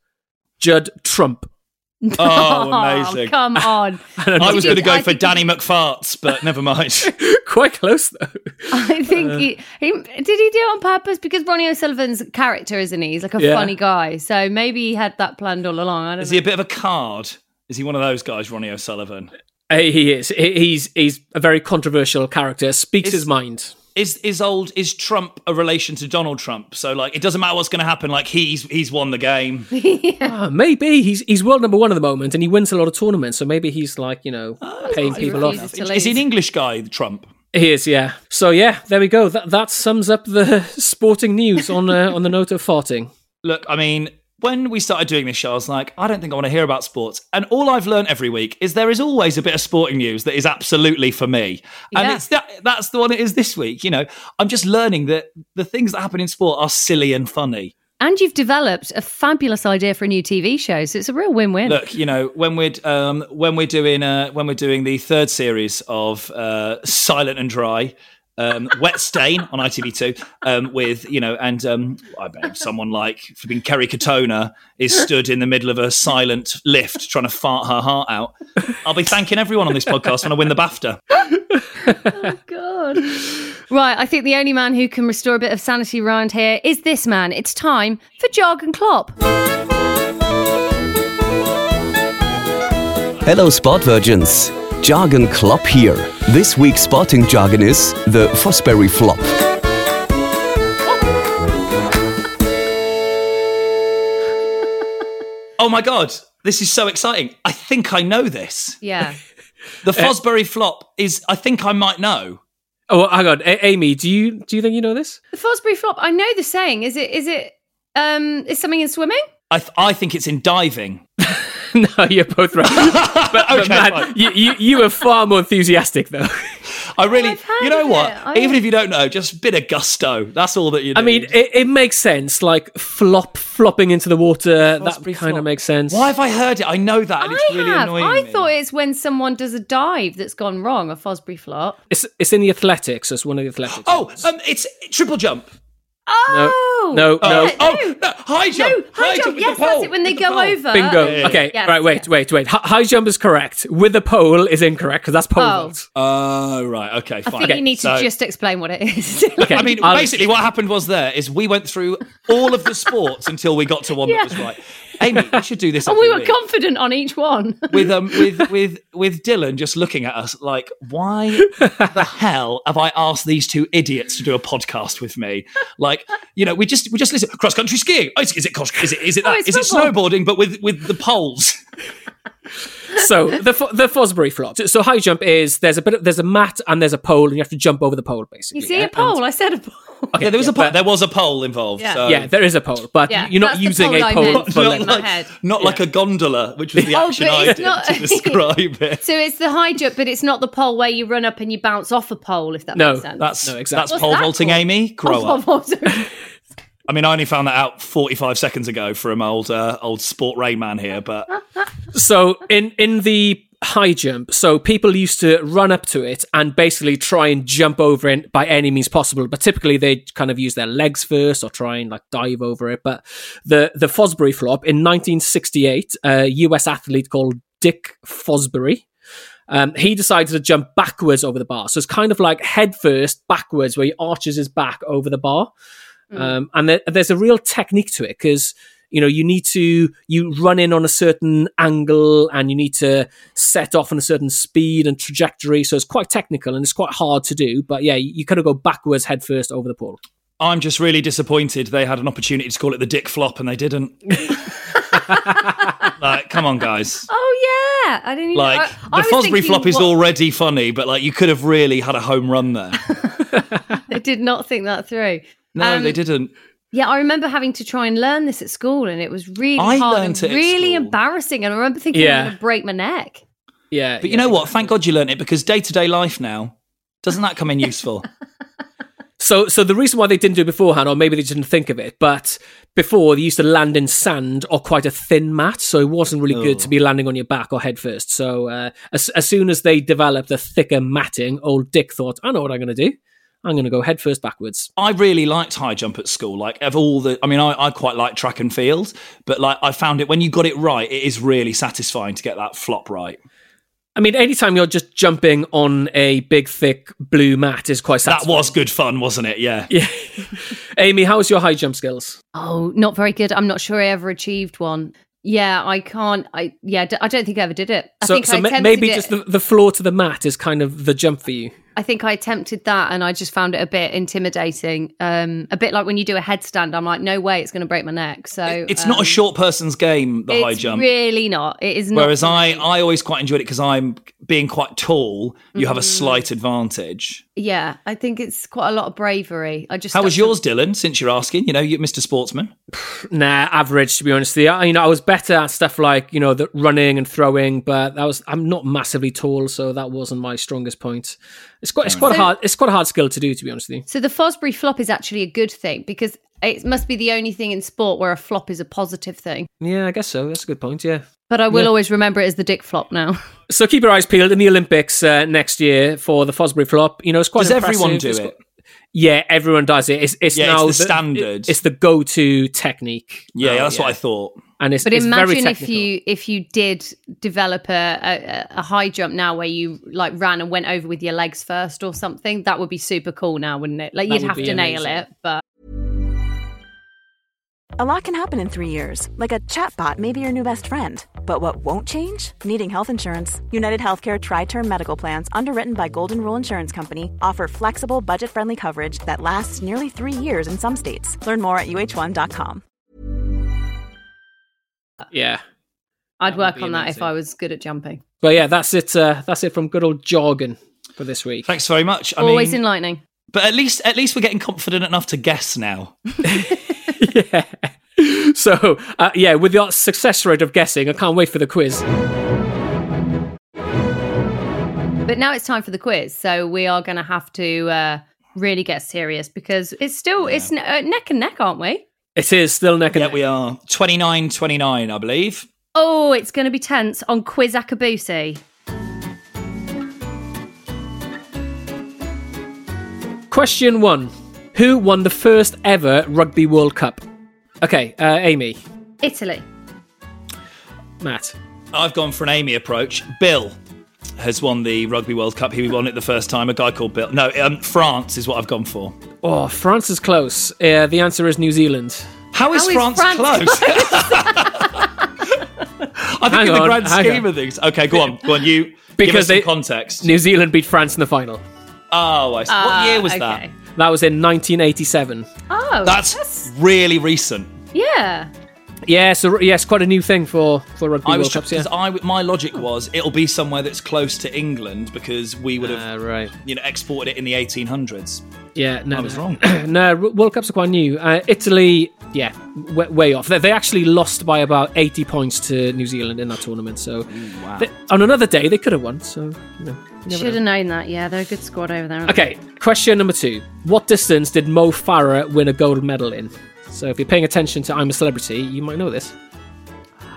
[SPEAKER 4] Judd Trump.
[SPEAKER 2] Oh,
[SPEAKER 3] Oh,
[SPEAKER 2] amazing.
[SPEAKER 3] come on.
[SPEAKER 2] I was going to
[SPEAKER 3] think-
[SPEAKER 2] go
[SPEAKER 3] I
[SPEAKER 2] for
[SPEAKER 3] think-
[SPEAKER 2] Danny McFarts, but never mind.
[SPEAKER 4] Quite close though.
[SPEAKER 3] I think
[SPEAKER 2] uh,
[SPEAKER 3] he, he did he do it on purpose because Ronnie O'Sullivan's character, isn't he? He's like a
[SPEAKER 4] Yeah.
[SPEAKER 3] funny guy, so maybe he had that planned all along. I don't
[SPEAKER 2] Is
[SPEAKER 3] know.
[SPEAKER 2] he a bit of a card? Is he one of those guys, Ronnie O'Sullivan?
[SPEAKER 4] Uh, He is. He- He's he's a very controversial character. Speaks his mind.
[SPEAKER 2] Is is old is Trump a relation to Donald Trump? So like, it doesn't matter what's going to happen. Like he's he's won the game.
[SPEAKER 4] Ah, maybe he's he's world number one at the moment, and he wins a lot of tournaments. So maybe he's like you know
[SPEAKER 2] Oh,
[SPEAKER 4] paying
[SPEAKER 3] He
[SPEAKER 4] people off.
[SPEAKER 3] refuses to
[SPEAKER 2] Is he an
[SPEAKER 3] leave.
[SPEAKER 2] English guy, Trump?
[SPEAKER 4] He is, yeah. So yeah, there we go. That that sums up the sporting news on uh, on the note of farting.
[SPEAKER 2] Look, I mean, when we started doing this show, I was like, I don't think I want to hear about sports. And all I've learned every week is there is always a bit of sporting news that is absolutely for me. And
[SPEAKER 3] Yeah.
[SPEAKER 2] it's that that's the one it is this week. You know, I'm just learning that the things that happen in sport are silly and funny.
[SPEAKER 3] And you've developed a fabulous idea for a new TV show, so it's a real win-win.
[SPEAKER 2] Look, you know, when we're um, when we're doing uh, when we're doing the third series of uh, Silent and Dry, um, Wet Stain on ITV2, um, with you know, and um, I don't know, someone like flipping Kerry Katona is stood in the middle of a silent lift trying to fart her heart out. I'll be thanking everyone on this podcast when I win the BAFTA.
[SPEAKER 3] God. Right, I think the only man who can restore a bit of sanity round here is this man. It's time for Jog and Klopp.
[SPEAKER 7] Hello, Sport Virgins. Jargon Klopp here. This week's sporting jargon is the Fosbury flop.
[SPEAKER 2] Oh my god, this is so exciting! I think I know this.
[SPEAKER 3] Yeah.
[SPEAKER 2] The Fosbury flop is. I think I might know.
[SPEAKER 4] Oh, hang on, A- Amy. Do you do you think you know this?
[SPEAKER 3] the Fosbury flop, I know the saying. Is it is it um is something in swimming?
[SPEAKER 2] I, th- I think it's in diving.
[SPEAKER 4] no, you're both right.
[SPEAKER 2] But,
[SPEAKER 4] But man, you, you you were far more enthusiastic though.
[SPEAKER 2] I really,
[SPEAKER 3] I've heard
[SPEAKER 2] you know
[SPEAKER 3] of
[SPEAKER 2] what?
[SPEAKER 3] it. I-
[SPEAKER 2] Even if you don't know, just a bit of gusto. That's all that you. Need.
[SPEAKER 4] I mean, it, it makes sense. Like flop flopping into the water.
[SPEAKER 2] Fosbury
[SPEAKER 4] that kind
[SPEAKER 2] flop.
[SPEAKER 4] of makes sense.
[SPEAKER 2] why have I heard it? I know that, and it's
[SPEAKER 3] I
[SPEAKER 2] really
[SPEAKER 3] have.
[SPEAKER 2] annoying.
[SPEAKER 3] I
[SPEAKER 2] me.
[SPEAKER 3] thought it's when someone does a dive that's gone wrong, a Fosbury flop.
[SPEAKER 4] It's it's in the athletics. It's one of the athletics.
[SPEAKER 2] Oh, um, it's triple jump.
[SPEAKER 3] Oh
[SPEAKER 4] no,
[SPEAKER 3] Yeah,
[SPEAKER 4] no.
[SPEAKER 2] Oh, no, high jump.
[SPEAKER 3] No, high jump.
[SPEAKER 2] with
[SPEAKER 3] Yes,
[SPEAKER 2] the pole.
[SPEAKER 3] that's it. When they
[SPEAKER 2] with the
[SPEAKER 3] go
[SPEAKER 2] pole.
[SPEAKER 3] over.
[SPEAKER 4] Bingo.
[SPEAKER 2] yeah, yeah.
[SPEAKER 4] Okay,
[SPEAKER 3] Yes,
[SPEAKER 4] right. Wait,
[SPEAKER 3] yeah.
[SPEAKER 4] wait, wait. Hi- high jump is correct. With the pole is incorrect because that's pole
[SPEAKER 3] Oh.
[SPEAKER 4] vault.
[SPEAKER 2] Oh, right. Okay,
[SPEAKER 3] I
[SPEAKER 2] fine.
[SPEAKER 3] think you need to
[SPEAKER 2] So-
[SPEAKER 3] just explain what it is.
[SPEAKER 4] Okay,
[SPEAKER 2] I mean,
[SPEAKER 4] I'll-
[SPEAKER 2] basically, what happened was there is we went through all of the sports until we got to one
[SPEAKER 3] Yeah.
[SPEAKER 2] that was right. Amy, we should do this.
[SPEAKER 3] and we
[SPEAKER 2] every
[SPEAKER 3] were
[SPEAKER 2] week.
[SPEAKER 3] confident on each one.
[SPEAKER 2] with um with with with Dylan just looking at us like, why the hell have I asked these two idiots to do a podcast with me? Like, you know, we just we just listen cross country skiing. Oh, is, is it cross? Is it is it
[SPEAKER 3] Oh,
[SPEAKER 2] that?
[SPEAKER 3] it's
[SPEAKER 2] Is it
[SPEAKER 3] football.
[SPEAKER 2] snowboarding? But with with the poles.
[SPEAKER 4] so the fo- the Fosbury flop. So high jump is there's a bit of, there's a mat and there's a pole and you have to jump over the pole basically.
[SPEAKER 3] You see
[SPEAKER 4] yeah?
[SPEAKER 3] a pole? I said a pole.
[SPEAKER 2] yeah, there was a pole. There was a pole involved.
[SPEAKER 3] Yeah.
[SPEAKER 2] So.
[SPEAKER 4] And- yeah, there is a pole, but
[SPEAKER 3] Yeah,
[SPEAKER 4] you're
[SPEAKER 3] that's
[SPEAKER 4] not
[SPEAKER 3] the
[SPEAKER 4] using
[SPEAKER 3] pole
[SPEAKER 4] a
[SPEAKER 3] I
[SPEAKER 4] pole.
[SPEAKER 3] meant.
[SPEAKER 4] for
[SPEAKER 3] Pole
[SPEAKER 4] leg-
[SPEAKER 3] in
[SPEAKER 2] Not,
[SPEAKER 3] my
[SPEAKER 2] like,
[SPEAKER 3] head.
[SPEAKER 2] not like a gondola, which was the
[SPEAKER 3] Oh,
[SPEAKER 2] action
[SPEAKER 3] but
[SPEAKER 2] I
[SPEAKER 3] it's
[SPEAKER 2] did
[SPEAKER 3] not-
[SPEAKER 2] to describe it.
[SPEAKER 3] So it's the high jump, but it's not the pole where you run up and you bounce off a pole, if that
[SPEAKER 4] No,
[SPEAKER 3] makes sense.
[SPEAKER 2] That's
[SPEAKER 4] No, exactly.
[SPEAKER 2] that's
[SPEAKER 3] What's
[SPEAKER 2] pole
[SPEAKER 3] that
[SPEAKER 2] vaulting,
[SPEAKER 3] called?
[SPEAKER 2] Amy. Grow
[SPEAKER 3] Oh,
[SPEAKER 2] up.
[SPEAKER 3] oh, sorry.
[SPEAKER 2] I mean, I only found that out 45 seconds ago from old uh, old sport Rayman here,
[SPEAKER 3] Ah.
[SPEAKER 2] but
[SPEAKER 4] So in in the high jump, so people used to run up to it and basically try and jump over it by any means possible. But typically they kind of use their legs first or try and like dive over it. But the the Fosbury flop in 1968, a US athlete called Dick Fosbury. Um, he decided to jump backwards over the bar. So it's kind of like head first backwards where he arches his back over the bar. Um, and there, there's a real technique to it because you know you need to you run in on a certain angle and you need to set off on a certain speed and trajectory. So it's quite technical and it's quite hard to do. But yeah, you, you kind of go backwards head first over the pole.
[SPEAKER 2] I'm just really disappointed they had an opportunity to call it the dick flop and they didn't. like, come on, guys.
[SPEAKER 3] Oh, yeah. I didn't even
[SPEAKER 2] Like,
[SPEAKER 3] I-
[SPEAKER 2] the
[SPEAKER 3] I was
[SPEAKER 2] Fosbury
[SPEAKER 3] thinking
[SPEAKER 2] flop is
[SPEAKER 3] what-
[SPEAKER 2] already funny, but like, you could have really had a home run there.
[SPEAKER 3] I did not think that through.
[SPEAKER 2] No,
[SPEAKER 3] Um,
[SPEAKER 2] they didn't.
[SPEAKER 3] Yeah, I remember having to try and learn this at school, and it was really
[SPEAKER 2] I
[SPEAKER 3] hard
[SPEAKER 2] learnt
[SPEAKER 3] and
[SPEAKER 2] it at
[SPEAKER 3] really
[SPEAKER 2] school.
[SPEAKER 3] embarrassing. And I remember thinking,
[SPEAKER 4] Yeah.
[SPEAKER 3] I'm going to break my neck.
[SPEAKER 4] Yeah,
[SPEAKER 2] But you know what? Thank God you learnt it because day to day life now, doesn't that come in useful?
[SPEAKER 4] So, so the reason why they didn't do it beforehand, or maybe they didn't think of it, but before they used to land in sand or quite a thin mat, so it wasn't really good to be landing on your back or head first. So, uh, as, as soon as they developed a thicker matting, old Dick thought, "I know what I'm going to do. I'm going to go head first backwards."
[SPEAKER 2] I really liked high jump at school. Like of all the, I mean, I, I quite like track and field, but like I found it when you got it right, it is really satisfying to get that flop right.
[SPEAKER 4] I mean, anytime you're just jumping on a big, thick blue mat is quite
[SPEAKER 2] That
[SPEAKER 4] satisfying.
[SPEAKER 2] was good fun, wasn't it? Yeah.
[SPEAKER 4] Yeah. Amy, how's your high jump skills?
[SPEAKER 3] Oh, not very good. I'm not sure I ever achieved one. Yeah, I can't. I yeah, d- I don't think I ever did it. I
[SPEAKER 4] so
[SPEAKER 3] think
[SPEAKER 4] so
[SPEAKER 3] I
[SPEAKER 4] ma-
[SPEAKER 3] attempted
[SPEAKER 4] maybe
[SPEAKER 3] it.
[SPEAKER 4] just the, the floor to the mat is kind of the jump for you.
[SPEAKER 3] I think I attempted that and I just found it a bit intimidating. Um, a bit like when you do a headstand, I'm like, no way, it's going to break my neck. So
[SPEAKER 2] It's not a
[SPEAKER 3] um,
[SPEAKER 2] short person's game, the high
[SPEAKER 3] it's
[SPEAKER 2] jump.
[SPEAKER 3] Really not. It is not.
[SPEAKER 2] Whereas I, I always quite enjoyed it because I'm being quite tall. You have a slight advantage.
[SPEAKER 3] yeah, I think it's quite a lot of bravery. I just
[SPEAKER 2] How was
[SPEAKER 3] stuck
[SPEAKER 2] yours, Dylan? Since you're asking, you know, you, Mr. Sportsman.
[SPEAKER 4] Nah, average to be honest. With you. I, you know, I was better at stuff like you know the running and throwing, but that was I'm not massively tall, so that wasn't my strongest point. It's quite it's quite a hard it's quite a hard skill to do to be honest with you.
[SPEAKER 3] So the Fosbury flop is actually a good thing because it must be the only thing in sport where a flop is a positive thing.
[SPEAKER 4] Yeah, I guess so. That's a good point. Yeah.
[SPEAKER 3] But I will
[SPEAKER 4] Yeah.
[SPEAKER 3] always remember it as the dick flop now.
[SPEAKER 4] So keep your eyes peeled in the Olympics uh, next year for the Fosbury flop. You know, it's quite
[SPEAKER 2] Does everyone
[SPEAKER 4] impressive.
[SPEAKER 2] do
[SPEAKER 4] It's
[SPEAKER 2] it?
[SPEAKER 4] quite- yeah, everyone does it. It's it's
[SPEAKER 2] Yeah, it's
[SPEAKER 4] now
[SPEAKER 2] the standard.
[SPEAKER 4] It's the go-to technique.
[SPEAKER 2] Yeah,
[SPEAKER 4] now,
[SPEAKER 2] that's what I thought.
[SPEAKER 4] And it's
[SPEAKER 3] But
[SPEAKER 4] it's very
[SPEAKER 3] imagine if
[SPEAKER 4] technical.
[SPEAKER 3] you if you did develop a, a a high jump now where you like ran and went over with your legs first or something. That would be super cool now, wouldn't it? Like
[SPEAKER 4] That
[SPEAKER 3] you'd
[SPEAKER 4] would
[SPEAKER 3] have
[SPEAKER 4] be
[SPEAKER 3] to nail
[SPEAKER 4] amazing.
[SPEAKER 3] it, but
[SPEAKER 8] A lot can happen in three years, like a chatbot may be your new best friend. But what won't change? Needing health insurance. United Healthcare Tri Term Medical Plans, underwritten by Golden Rule Insurance Company, offer flexible, budget friendly coverage that lasts nearly three years in some states. Learn more at uh1.com.
[SPEAKER 4] yeah.
[SPEAKER 3] I'd
[SPEAKER 4] would
[SPEAKER 3] work
[SPEAKER 4] be
[SPEAKER 3] on that if
[SPEAKER 4] amazing.
[SPEAKER 3] I was good at jumping.
[SPEAKER 4] But yeah, that's it. Uh, that's it from good old jargon for this week.
[SPEAKER 2] Thanks very much. I
[SPEAKER 3] Always
[SPEAKER 2] mean,
[SPEAKER 3] enlightening.
[SPEAKER 2] but at least, at least we're getting confident enough to guess now.
[SPEAKER 4] So uh, yeah, with your success rate of guessing, I can't wait for the quiz.
[SPEAKER 3] But now it's time for the quiz, so we are going to have to uh, really get serious because it's still it's n- uh, neck and neck, aren't we?
[SPEAKER 4] It is still neck and
[SPEAKER 2] Yeah,
[SPEAKER 4] neck.
[SPEAKER 2] we are 29 29, I believe.
[SPEAKER 3] Oh, it's going to be tense on Quiz Akabusi.
[SPEAKER 4] Question one: Who won the first ever Rugby World Cup? Okay, uh, Amy,
[SPEAKER 3] Italy.
[SPEAKER 4] Matt,
[SPEAKER 2] I've gone for an Amy approach. Bill has won the Rugby World Cup. He won it the first time. A guy called Bill. No, um, France is what I've gone for.
[SPEAKER 4] Oh, France is close. Uh, the answer is New Zealand.
[SPEAKER 2] How is,
[SPEAKER 3] How is
[SPEAKER 2] France,
[SPEAKER 3] France
[SPEAKER 2] close? I think
[SPEAKER 4] Hang
[SPEAKER 2] in the
[SPEAKER 4] on,
[SPEAKER 2] grand
[SPEAKER 4] hang
[SPEAKER 2] scheme
[SPEAKER 4] on.
[SPEAKER 2] of things. Okay, go on, go on. You give
[SPEAKER 4] Because
[SPEAKER 2] us some
[SPEAKER 4] they-
[SPEAKER 2] context.
[SPEAKER 4] New Zealand beat France in the final.
[SPEAKER 2] oh, I see. what year was
[SPEAKER 3] Ah, okay.
[SPEAKER 2] that?
[SPEAKER 4] That was in 1987.
[SPEAKER 3] Oh,
[SPEAKER 2] That's, really recent.
[SPEAKER 3] yeah.
[SPEAKER 4] Yeah, so yes, quite a new thing for for rugby
[SPEAKER 2] I was
[SPEAKER 4] World
[SPEAKER 2] because
[SPEAKER 4] Cups. Yeah.
[SPEAKER 2] I my logic was it'll be somewhere that's close to England because we would have
[SPEAKER 4] Uh, right.
[SPEAKER 2] you know exported it in the 1800s.
[SPEAKER 4] Yeah, no,
[SPEAKER 2] I was
[SPEAKER 4] no.
[SPEAKER 2] wrong.
[SPEAKER 4] no, R- World Cups are quite new. Uh, Italy, yeah, w- way off. They, they actually lost by about 80 points to New Zealand in that tournament. So, they- on another day, they could have won. So, you know. you never
[SPEAKER 3] Should
[SPEAKER 4] know.
[SPEAKER 3] have known that. Yeah, they're a good squad over there. aren't they?
[SPEAKER 4] Okay, question number two. What distance did Mo Farah win a gold medal in? So, if you're paying attention to I'm a Celebrity, you might know this.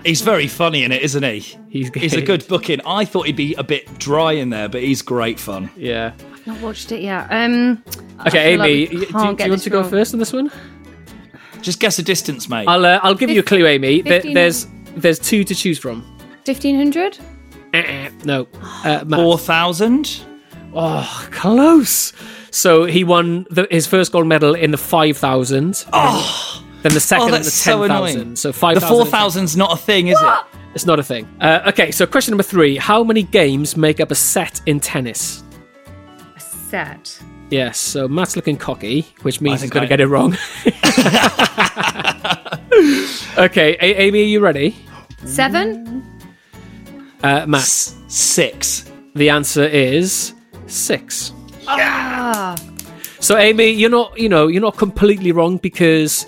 [SPEAKER 2] He's very funny in it, isn't he?
[SPEAKER 4] He's
[SPEAKER 2] He's a good booking. I thought he'd be a bit dry in there, but he's great fun.
[SPEAKER 4] Yeah.
[SPEAKER 3] I've not watched it yet. Um, I
[SPEAKER 4] Okay,
[SPEAKER 3] feel like
[SPEAKER 4] Amy,
[SPEAKER 3] we
[SPEAKER 4] y- do,
[SPEAKER 3] can't
[SPEAKER 4] do
[SPEAKER 3] get
[SPEAKER 4] you want
[SPEAKER 3] this
[SPEAKER 4] to go
[SPEAKER 3] wrong.
[SPEAKER 4] first on this one?
[SPEAKER 2] Just guess a distance, mate.
[SPEAKER 4] I'll uh, I'll give you a clue, Amy. There,
[SPEAKER 3] 15
[SPEAKER 4] there's there's two to choose from.
[SPEAKER 3] 1500?
[SPEAKER 4] Uh-uh, no, uh, Matt.
[SPEAKER 2] Four thousand.
[SPEAKER 4] Oh, close. So he won the, his first gold medal in the 5,000. Then the second
[SPEAKER 2] Oh,
[SPEAKER 4] in the
[SPEAKER 2] that's so
[SPEAKER 4] 10,000.
[SPEAKER 2] annoying.
[SPEAKER 4] So
[SPEAKER 2] the
[SPEAKER 4] 5,000.
[SPEAKER 2] four thousand's not a thing, is it?
[SPEAKER 4] It's not a thing. Uh, okay, so question number three. How many games make up a set in tennis?
[SPEAKER 3] A set.
[SPEAKER 4] Yes, so Matt's looking cocky, which means he's
[SPEAKER 2] think
[SPEAKER 4] going to
[SPEAKER 2] I-
[SPEAKER 4] get it wrong. okay, A- Amy, are you ready?
[SPEAKER 3] Seven?
[SPEAKER 4] Uh, Matt,
[SPEAKER 2] S- Six.
[SPEAKER 4] the answer is six.
[SPEAKER 3] Ah,
[SPEAKER 4] So Amy, you're not, you know, you're not completely wrong because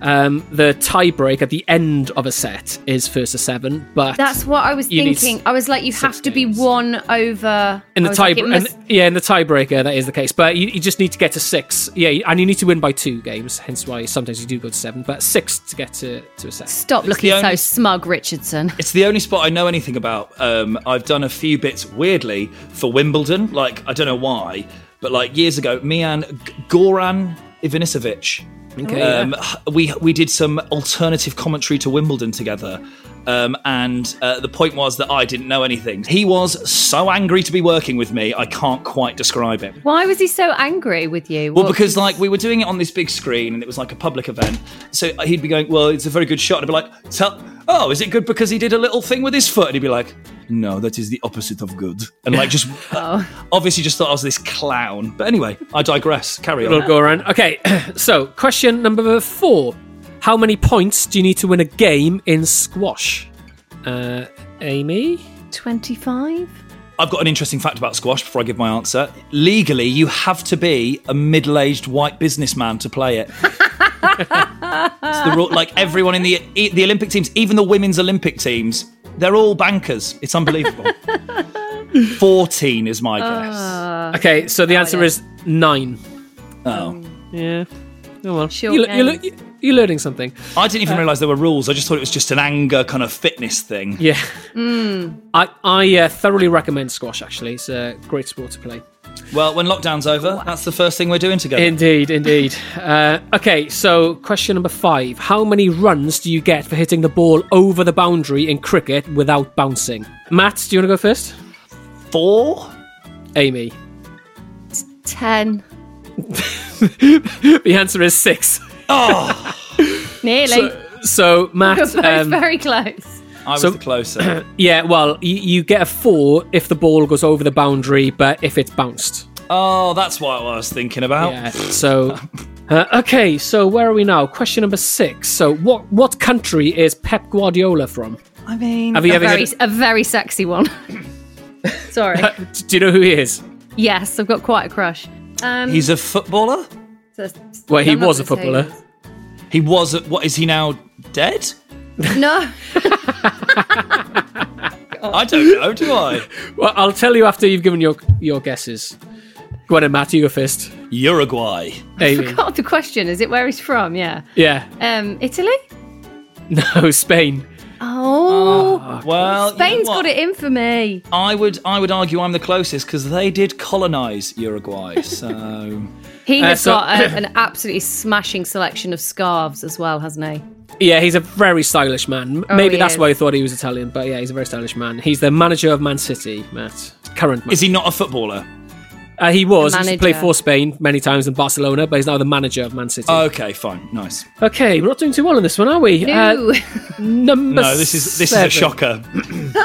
[SPEAKER 4] um, the tiebreak at the end of a set is first to seven, but
[SPEAKER 3] That's what I was
[SPEAKER 4] You need
[SPEAKER 3] thinking. I was like, you have to be
[SPEAKER 4] games.
[SPEAKER 3] one over.
[SPEAKER 4] in the
[SPEAKER 3] I was
[SPEAKER 4] tie,
[SPEAKER 3] like, it
[SPEAKER 4] and-
[SPEAKER 3] must-
[SPEAKER 4] yeah, in the tiebreaker that is the case. But you, you just need to get to six, yeah, and you need to win by two games. Hence why sometimes you do go to seven, but six to get to to a set.
[SPEAKER 3] Stop looking so
[SPEAKER 2] only-
[SPEAKER 3] smug, Richardson.
[SPEAKER 2] It's the only spot I know anything about. Um, I've done a few bits weirdly for Wimbledon. Like I don't know why, but like years ago, me and G- Goran Ivanisevic.
[SPEAKER 4] Okay,
[SPEAKER 2] um, We we did some alternative commentary to Wimbledon together, um, and uh, the point was that I didn't know anything. He was so angry to be working with me. I can't quite describe it.
[SPEAKER 3] Why was he so angry with you?
[SPEAKER 2] Well,
[SPEAKER 3] What-
[SPEAKER 2] because like we were doing it on this big screen and it was like a public event, so he'd be going, "Well, it's a very good shot," and I'd be like, "Tell, oh, is it good because he did a little thing with his foot?" And he'd be like, "No, that is the opposite of good," and like just obviously just thought I was this clown. But anyway, I digress. Carry
[SPEAKER 4] We'll
[SPEAKER 2] on.
[SPEAKER 4] go around. Okay, so question number four: How many points do you need to win a game in squash? Uh, Amy,
[SPEAKER 3] Uh, 25?
[SPEAKER 2] I've got an interesting fact about squash before I give my answer. Legally, you have to be a middle-aged white businessman to play it. it's the rule. Like everyone in the e, the Olympic teams, even the women's Olympic teams, they're all bankers. It's unbelievable. Fourteen is my guess.
[SPEAKER 4] Ah. okay, so the answer is nine.
[SPEAKER 2] oh,
[SPEAKER 4] Yeah. Oh well.
[SPEAKER 3] Short
[SPEAKER 4] you, are
[SPEAKER 3] games.
[SPEAKER 4] you're learning something.
[SPEAKER 2] I didn't even realise there were rules. I just thought it was just an anger kind of fitness thing.
[SPEAKER 4] Yeah. I I uh, thoroughly recommend squash. Actually, it's a great sport to play.
[SPEAKER 2] Well, when lockdown's over, that's the first thing we're doing together.
[SPEAKER 4] Indeed, indeed. Uh, okay, so question number five: How many runs do you get for hitting the ball over the boundary in cricket without bouncing? Matt, do you want to go first?
[SPEAKER 2] Four.
[SPEAKER 4] Amy,
[SPEAKER 3] 10.
[SPEAKER 4] the answer is six.
[SPEAKER 2] Oh,
[SPEAKER 3] Nearly.
[SPEAKER 4] So
[SPEAKER 3] We're
[SPEAKER 4] Matt,
[SPEAKER 3] both
[SPEAKER 4] um,
[SPEAKER 3] very close.
[SPEAKER 2] I was
[SPEAKER 4] So-
[SPEAKER 2] the closer.
[SPEAKER 4] yeah, well, you, you get a four if the ball goes over the boundary, but if it's bounced,
[SPEAKER 2] oh, that's what I was thinking about.
[SPEAKER 4] Yeah. So, uh, okay. So where are we now? Question number six. So what what country is Pep Guardiola from?
[SPEAKER 2] I mean,
[SPEAKER 4] Have you ever?
[SPEAKER 3] Very,
[SPEAKER 4] heard-
[SPEAKER 3] a very sexy one. Sorry.
[SPEAKER 4] do you know who he is?
[SPEAKER 3] yes, I've got quite a crush. Um,
[SPEAKER 2] he's a footballer.
[SPEAKER 3] so-
[SPEAKER 4] Well, he
[SPEAKER 3] I'm not
[SPEAKER 4] was a
[SPEAKER 3] gonna say
[SPEAKER 4] footballer.
[SPEAKER 2] He was. A, what is he now? Dead?
[SPEAKER 3] this. No.
[SPEAKER 2] I don't know. Do I?
[SPEAKER 4] Well, I'll tell you after you've given your your guesses. Go on, then, Matt. You go first.
[SPEAKER 2] Uruguay.
[SPEAKER 4] Amy.
[SPEAKER 3] God, the question is it where he's from? Yeah.
[SPEAKER 4] Yeah.
[SPEAKER 3] Um, Italy?
[SPEAKER 4] No, Spain.
[SPEAKER 3] Oh.
[SPEAKER 2] Well,
[SPEAKER 3] Spain's
[SPEAKER 2] you know what?
[SPEAKER 3] got it in for me.
[SPEAKER 2] I would. I would argue I'm the closest because they did colonize Uruguay. So
[SPEAKER 3] He has
[SPEAKER 4] so-
[SPEAKER 3] got a, an absolutely smashing selection of scarves as well, hasn't he?
[SPEAKER 4] Yeah, he's a very stylish man. M- Maybe
[SPEAKER 3] Oh, he
[SPEAKER 4] that's
[SPEAKER 3] is.
[SPEAKER 4] why I thought he was Italian, but yeah, he's a very stylish man. He's the manager of Man City, Matt. Current man.
[SPEAKER 2] is he not a footballer?
[SPEAKER 4] Uh, he was. He used to play
[SPEAKER 3] manager.
[SPEAKER 4] for Spain many times in Barcelona, but he's now the manager of Man City.
[SPEAKER 2] Okay, fine, nice.
[SPEAKER 4] Okay, we're not doing too well on this one, are we? Uh,
[SPEAKER 3] No.
[SPEAKER 4] number
[SPEAKER 2] No, this is this
[SPEAKER 4] seven.
[SPEAKER 2] is a shocker.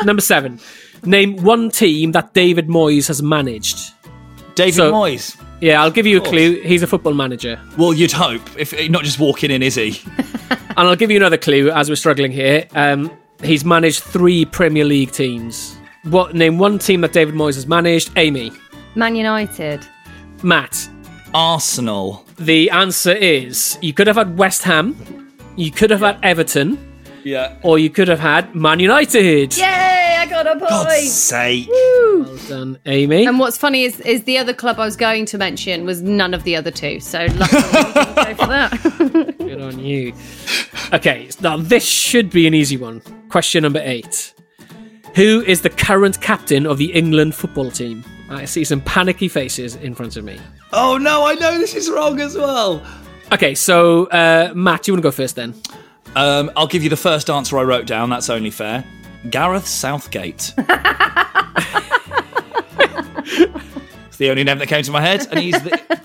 [SPEAKER 4] number seven. Name one team that David Moyes has managed.
[SPEAKER 2] David
[SPEAKER 4] So-
[SPEAKER 2] Moyes.
[SPEAKER 4] Yeah, I'll give you a
[SPEAKER 2] course.
[SPEAKER 4] clue. He's a football manager.
[SPEAKER 2] Well, you'd hope if not just walking in, is he?
[SPEAKER 4] And I'll give you another clue as we're struggling here. Um, he's managed three Premier League teams. What name one team that David Moyes has managed? Amy,
[SPEAKER 3] Man United.
[SPEAKER 4] Matt.
[SPEAKER 2] Arsenal.
[SPEAKER 4] The answer is you could have had West Ham, you could have had Everton,
[SPEAKER 2] Yeah.
[SPEAKER 4] or you could have had Man United.
[SPEAKER 3] Yay, I got a
[SPEAKER 2] God's
[SPEAKER 3] point.
[SPEAKER 2] sake.
[SPEAKER 4] Well done, Amy.
[SPEAKER 3] And what's funny is, is the other club I was going to mention was none of the other two. So luckily we didn't go for that.
[SPEAKER 4] Good on you. Okay, now this should be an easy one. Question number eight. Who is the current captain of the England football team? I see some panicky faces in front of me.
[SPEAKER 2] Oh no, I know this is wrong as well.
[SPEAKER 4] Okay, so uh, Matt, you want to go first then?
[SPEAKER 2] Um, I'll give you the first answer I wrote down. That's only fair. Gareth Southgate. it's the only name that came to my head, and he's the,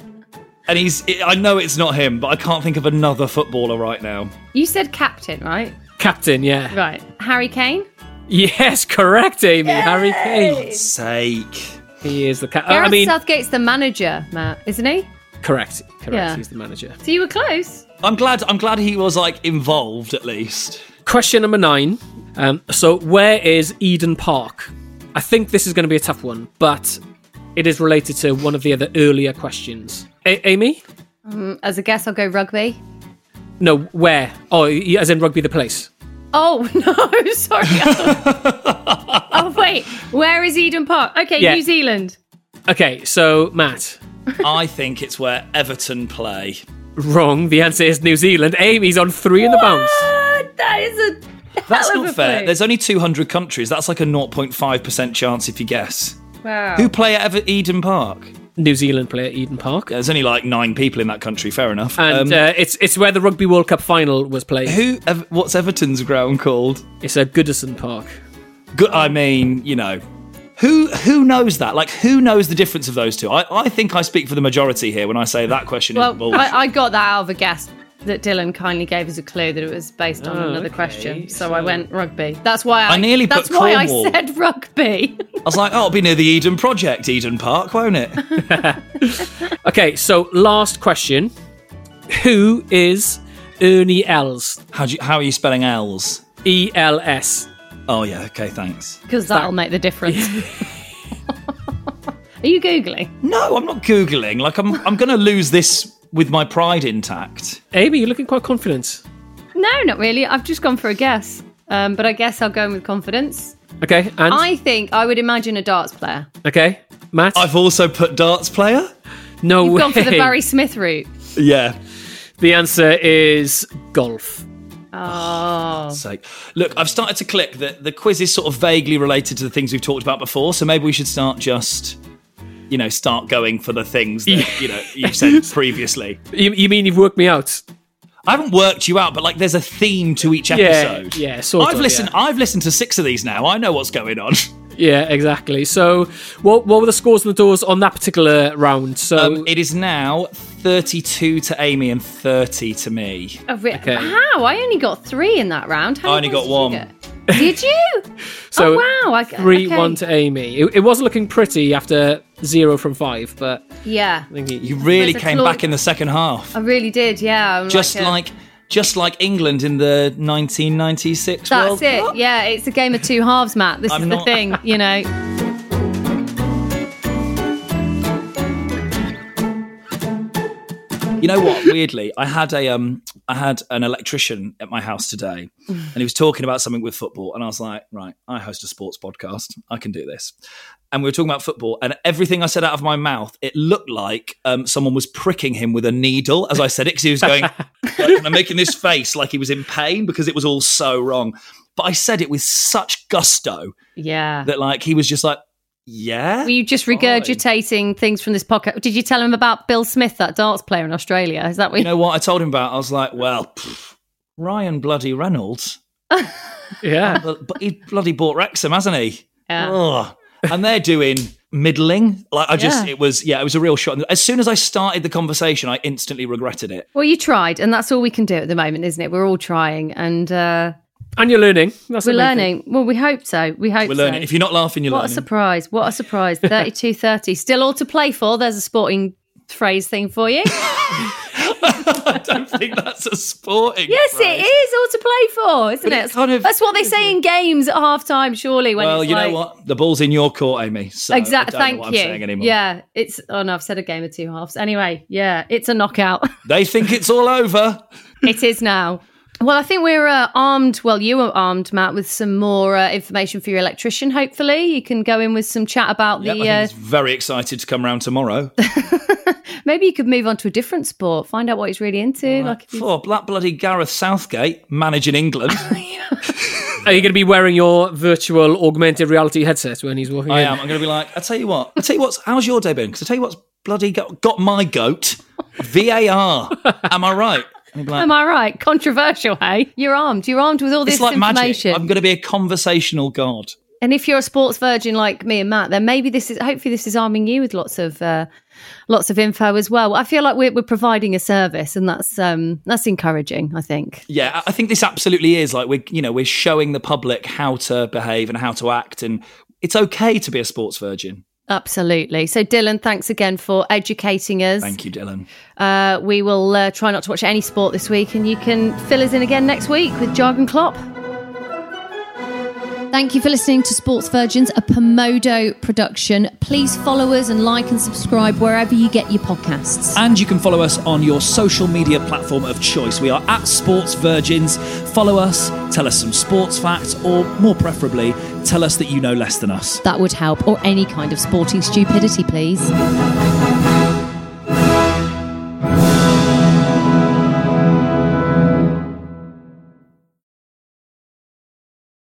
[SPEAKER 2] and he's. I know it's not him, but I can't think of another footballer right now.
[SPEAKER 3] you said captain, right?
[SPEAKER 4] Captain, yeah.
[SPEAKER 3] Right. Harry Kane?
[SPEAKER 4] Yes, correct, Amy. Harry Kane.
[SPEAKER 2] Sake.
[SPEAKER 4] He is the captain.
[SPEAKER 3] Gareth
[SPEAKER 4] I mean,
[SPEAKER 3] Southgate's the manager, Matt, isn't he?
[SPEAKER 4] correct, correct.
[SPEAKER 3] Yeah.
[SPEAKER 4] He's the manager.
[SPEAKER 3] So you were close.
[SPEAKER 2] I'm glad. I'm glad he was like involved at least.
[SPEAKER 4] Question number nine. Um, so, where is Eden Park? I think this is going to be a tough one, but it is related to one of the other earlier questions. A- Amy?
[SPEAKER 3] As a guess, I'll go rugby.
[SPEAKER 4] No, where? Oh, y- as in rugby, the place.
[SPEAKER 3] Oh no, sorry. oh wait, where is Eden Park? Okay,
[SPEAKER 4] Yeah.
[SPEAKER 3] New Zealand.
[SPEAKER 4] Okay, so Matt,
[SPEAKER 2] I think it's where Everton play.
[SPEAKER 4] wrong. The answer is New Zealand. Amy's on three in the bounce.
[SPEAKER 3] What? That is a
[SPEAKER 2] That's
[SPEAKER 3] hell of
[SPEAKER 2] not
[SPEAKER 3] a
[SPEAKER 2] fair.
[SPEAKER 3] clue.
[SPEAKER 2] There's only 200 countries. That's like a 0.5% chance if you guess.
[SPEAKER 3] wow.
[SPEAKER 2] Who play at Ever- Eden Park?
[SPEAKER 4] New Zealand play at Eden Park,
[SPEAKER 2] There's only like nine people in that country. Fair enough. Um,
[SPEAKER 4] and uh, it's it's where the Rugby World Cup final was played.
[SPEAKER 2] who? Ev- what's Everton's ground called?
[SPEAKER 4] It's at Goodison Park.
[SPEAKER 2] Good. I mean, you know, who who knows that? Like, who knows the difference of those two? I, I think I speak for the majority here when I say that question is
[SPEAKER 3] well,
[SPEAKER 2] bullshit.
[SPEAKER 3] I, I got that out of a guess that Dylan kindly gave us a clue that it was based on
[SPEAKER 4] Oh,
[SPEAKER 3] another
[SPEAKER 4] okay,
[SPEAKER 3] question. So,
[SPEAKER 4] so-
[SPEAKER 3] I went rugby. That's why I,
[SPEAKER 2] I nearly put
[SPEAKER 3] That's why I
[SPEAKER 2] Cornwall.
[SPEAKER 3] said rugby.
[SPEAKER 2] I was like, oh, it'll be near the Eden Project, Eden Park, won't it?
[SPEAKER 4] Okay, so last question: Who is Ernie Els?
[SPEAKER 2] How do you, how are you spelling L's?
[SPEAKER 4] E L S.
[SPEAKER 2] Oh yeah, okay, thanks.
[SPEAKER 3] Because that'll make the difference. Are you googling?
[SPEAKER 2] No, I'm not googling. Like, I'm I'm gonna lose this with my pride intact.
[SPEAKER 4] Amy, you're looking quite confident.
[SPEAKER 3] No, not really. I've just gone for a guess. Um, but I guess I'll go in with confidence.
[SPEAKER 4] Okay, and
[SPEAKER 3] I think I would imagine a darts player.
[SPEAKER 4] okay, Matt.
[SPEAKER 2] I've also put darts player.
[SPEAKER 4] no
[SPEAKER 3] You've
[SPEAKER 4] way.
[SPEAKER 3] gone for the Barry Smith route.
[SPEAKER 2] Yeah,
[SPEAKER 4] The answer is golf.
[SPEAKER 3] Oh,
[SPEAKER 2] sake. Look, I've started to click that the quiz is sort of vaguely related to the things we've talked about before, so maybe we should start just, you know, start going for the things that, you know, you've said previously.
[SPEAKER 4] You, you mean you've worked me out?
[SPEAKER 2] I haven't worked you out, but like there's a theme to each
[SPEAKER 4] Yeah,
[SPEAKER 2] episode.
[SPEAKER 4] yeah, sort
[SPEAKER 2] I've
[SPEAKER 4] of,
[SPEAKER 2] listened
[SPEAKER 4] yeah.
[SPEAKER 2] I've listened to six of these now. I know what's going on.
[SPEAKER 4] Yeah, exactly. So, what what were the scores and the doors on that particular round? So,
[SPEAKER 2] Um, it is now 32 to Amy and 30 to me.
[SPEAKER 3] a re-
[SPEAKER 4] Okay.
[SPEAKER 3] how? I only got three in that round. How
[SPEAKER 2] I
[SPEAKER 3] many
[SPEAKER 2] only
[SPEAKER 3] points
[SPEAKER 2] got
[SPEAKER 3] did you get? Did you?
[SPEAKER 4] so
[SPEAKER 3] oh, wow. I,
[SPEAKER 4] three
[SPEAKER 3] okay.
[SPEAKER 4] one to Amy. It, it was looking pretty after zero from five, but
[SPEAKER 3] Yeah,
[SPEAKER 4] I think
[SPEAKER 2] You
[SPEAKER 4] you,
[SPEAKER 2] really
[SPEAKER 3] There's a
[SPEAKER 2] came
[SPEAKER 3] claw-
[SPEAKER 2] back in the second half.
[SPEAKER 3] I really did. Yeah, I'm
[SPEAKER 2] just
[SPEAKER 3] a-
[SPEAKER 2] like just like England in the 1996
[SPEAKER 3] that's
[SPEAKER 2] World
[SPEAKER 3] it.
[SPEAKER 2] Cup.
[SPEAKER 3] Yeah, it's a game of two halves, Matt. This
[SPEAKER 2] I'm
[SPEAKER 3] is the
[SPEAKER 2] not-
[SPEAKER 3] thing, you know.
[SPEAKER 2] You know what? Weirdly, I had a um, I had an electrician at my house today, and he was talking about something with football, and I was like, right, I host a sports podcast, I can do this. And we were talking about football, and everything I said out of my mouth, it looked like um, someone was pricking him with a needle as I said it, because he was going, like, and I'm making this face like he was in pain because it was all so wrong. But I said it with such gusto
[SPEAKER 3] Yeah.
[SPEAKER 2] that like he was just like, yeah.
[SPEAKER 3] Were you just regurgitating things from this pocket? Did you tell him about Bill Smith, that darts player in Australia? Is that what
[SPEAKER 2] you know what I told him about? I was like, well, pff, Ryan bloody Reynolds.
[SPEAKER 4] yeah,
[SPEAKER 2] but, but he bloody bought Wrexham, hasn't he?
[SPEAKER 3] Yeah.
[SPEAKER 2] Ugh. And they're doing middling. Like I just,
[SPEAKER 3] Yeah.
[SPEAKER 2] it was, yeah, it was a real shot. As soon as I started the conversation, I instantly regretted it.
[SPEAKER 3] Well, you tried, and that's all we can do at the moment, isn't it? We're all trying, and uh,
[SPEAKER 4] and you're learning. That's
[SPEAKER 3] we're
[SPEAKER 4] the main thing.
[SPEAKER 3] learning. Well, we hope so. We hope
[SPEAKER 2] We're learning.
[SPEAKER 3] so.
[SPEAKER 2] If you're not laughing, you're
[SPEAKER 3] what a
[SPEAKER 2] learning.
[SPEAKER 3] surprise! What a surprise! Thirty-two thirty, still all to play for. There's a sporting phrase thing for you.
[SPEAKER 2] I don't think that's a sporting.
[SPEAKER 3] Yes, it
[SPEAKER 2] phrase.
[SPEAKER 3] is all to play for, isn't
[SPEAKER 2] But
[SPEAKER 3] it?
[SPEAKER 2] it's kind of-
[SPEAKER 3] That's what they say in games at half time, surely. When
[SPEAKER 2] Well,
[SPEAKER 3] it's
[SPEAKER 2] you
[SPEAKER 3] like-
[SPEAKER 2] know what? The ball's in your court, Amy. So
[SPEAKER 3] Exactly.
[SPEAKER 2] I don't know
[SPEAKER 3] Thank
[SPEAKER 2] what I'm
[SPEAKER 3] you.
[SPEAKER 2] saying anymore.
[SPEAKER 3] Yeah, it's. Oh no, I've said a game of two halves. Anyway, yeah, it's a knockout.
[SPEAKER 2] They think it's all over.
[SPEAKER 3] it is now. Well, I think we're uh, armed. Well, you are armed, Matt, with some more uh, information for your electrician. Hopefully, you can go in with some chat about
[SPEAKER 2] Yep, I
[SPEAKER 3] the.
[SPEAKER 2] think
[SPEAKER 3] uh,
[SPEAKER 2] he's very excited to come round tomorrow.
[SPEAKER 3] maybe you could move on to a different sport. Find out what he's really into. Like, if you-
[SPEAKER 2] For that Oh, bloody Gareth Southgate managing England.
[SPEAKER 4] Are you going to be wearing your virtual augmented reality headset when he's walking
[SPEAKER 2] I
[SPEAKER 4] in?
[SPEAKER 2] am. I'm going to be like, I tell you what, I tell you what's, how's your day been? Because I tell you what's bloody got, got my goat, VAR. Am I right? And he'd be like,
[SPEAKER 3] am I right? Controversial, hey? You're armed. You're armed with all this
[SPEAKER 2] it's like magic.
[SPEAKER 3] information.
[SPEAKER 2] I'm going to be a conversational god.
[SPEAKER 3] And if you're a sports virgin like me and Matt, then maybe this is hopefully this is arming you with lots of uh, lots of info as well. I feel like we're, we're providing a service, and that's um, that's encouraging. I think.
[SPEAKER 2] Yeah, I- I think this absolutely is like we're you know we're showing the public how to behave and how to act, and it's okay to be a sports virgin.
[SPEAKER 3] Absolutely. So, Dylan, thanks again for educating us.
[SPEAKER 2] Thank you, Dylan.
[SPEAKER 3] Uh, we will uh, try not to watch any sport this week, and you can fill us in again next week with Jargon Klopp. Thank you for listening to Sports Virgins, a Pomodo production. Please follow us and like and subscribe wherever you get your podcasts.
[SPEAKER 2] And you can follow us on your social media platform of choice. We are at Sports Virgins. Follow us, tell us some sports facts, or more preferably, tell us that you know less than us.
[SPEAKER 3] That would help, or any kind of sporting stupidity, please.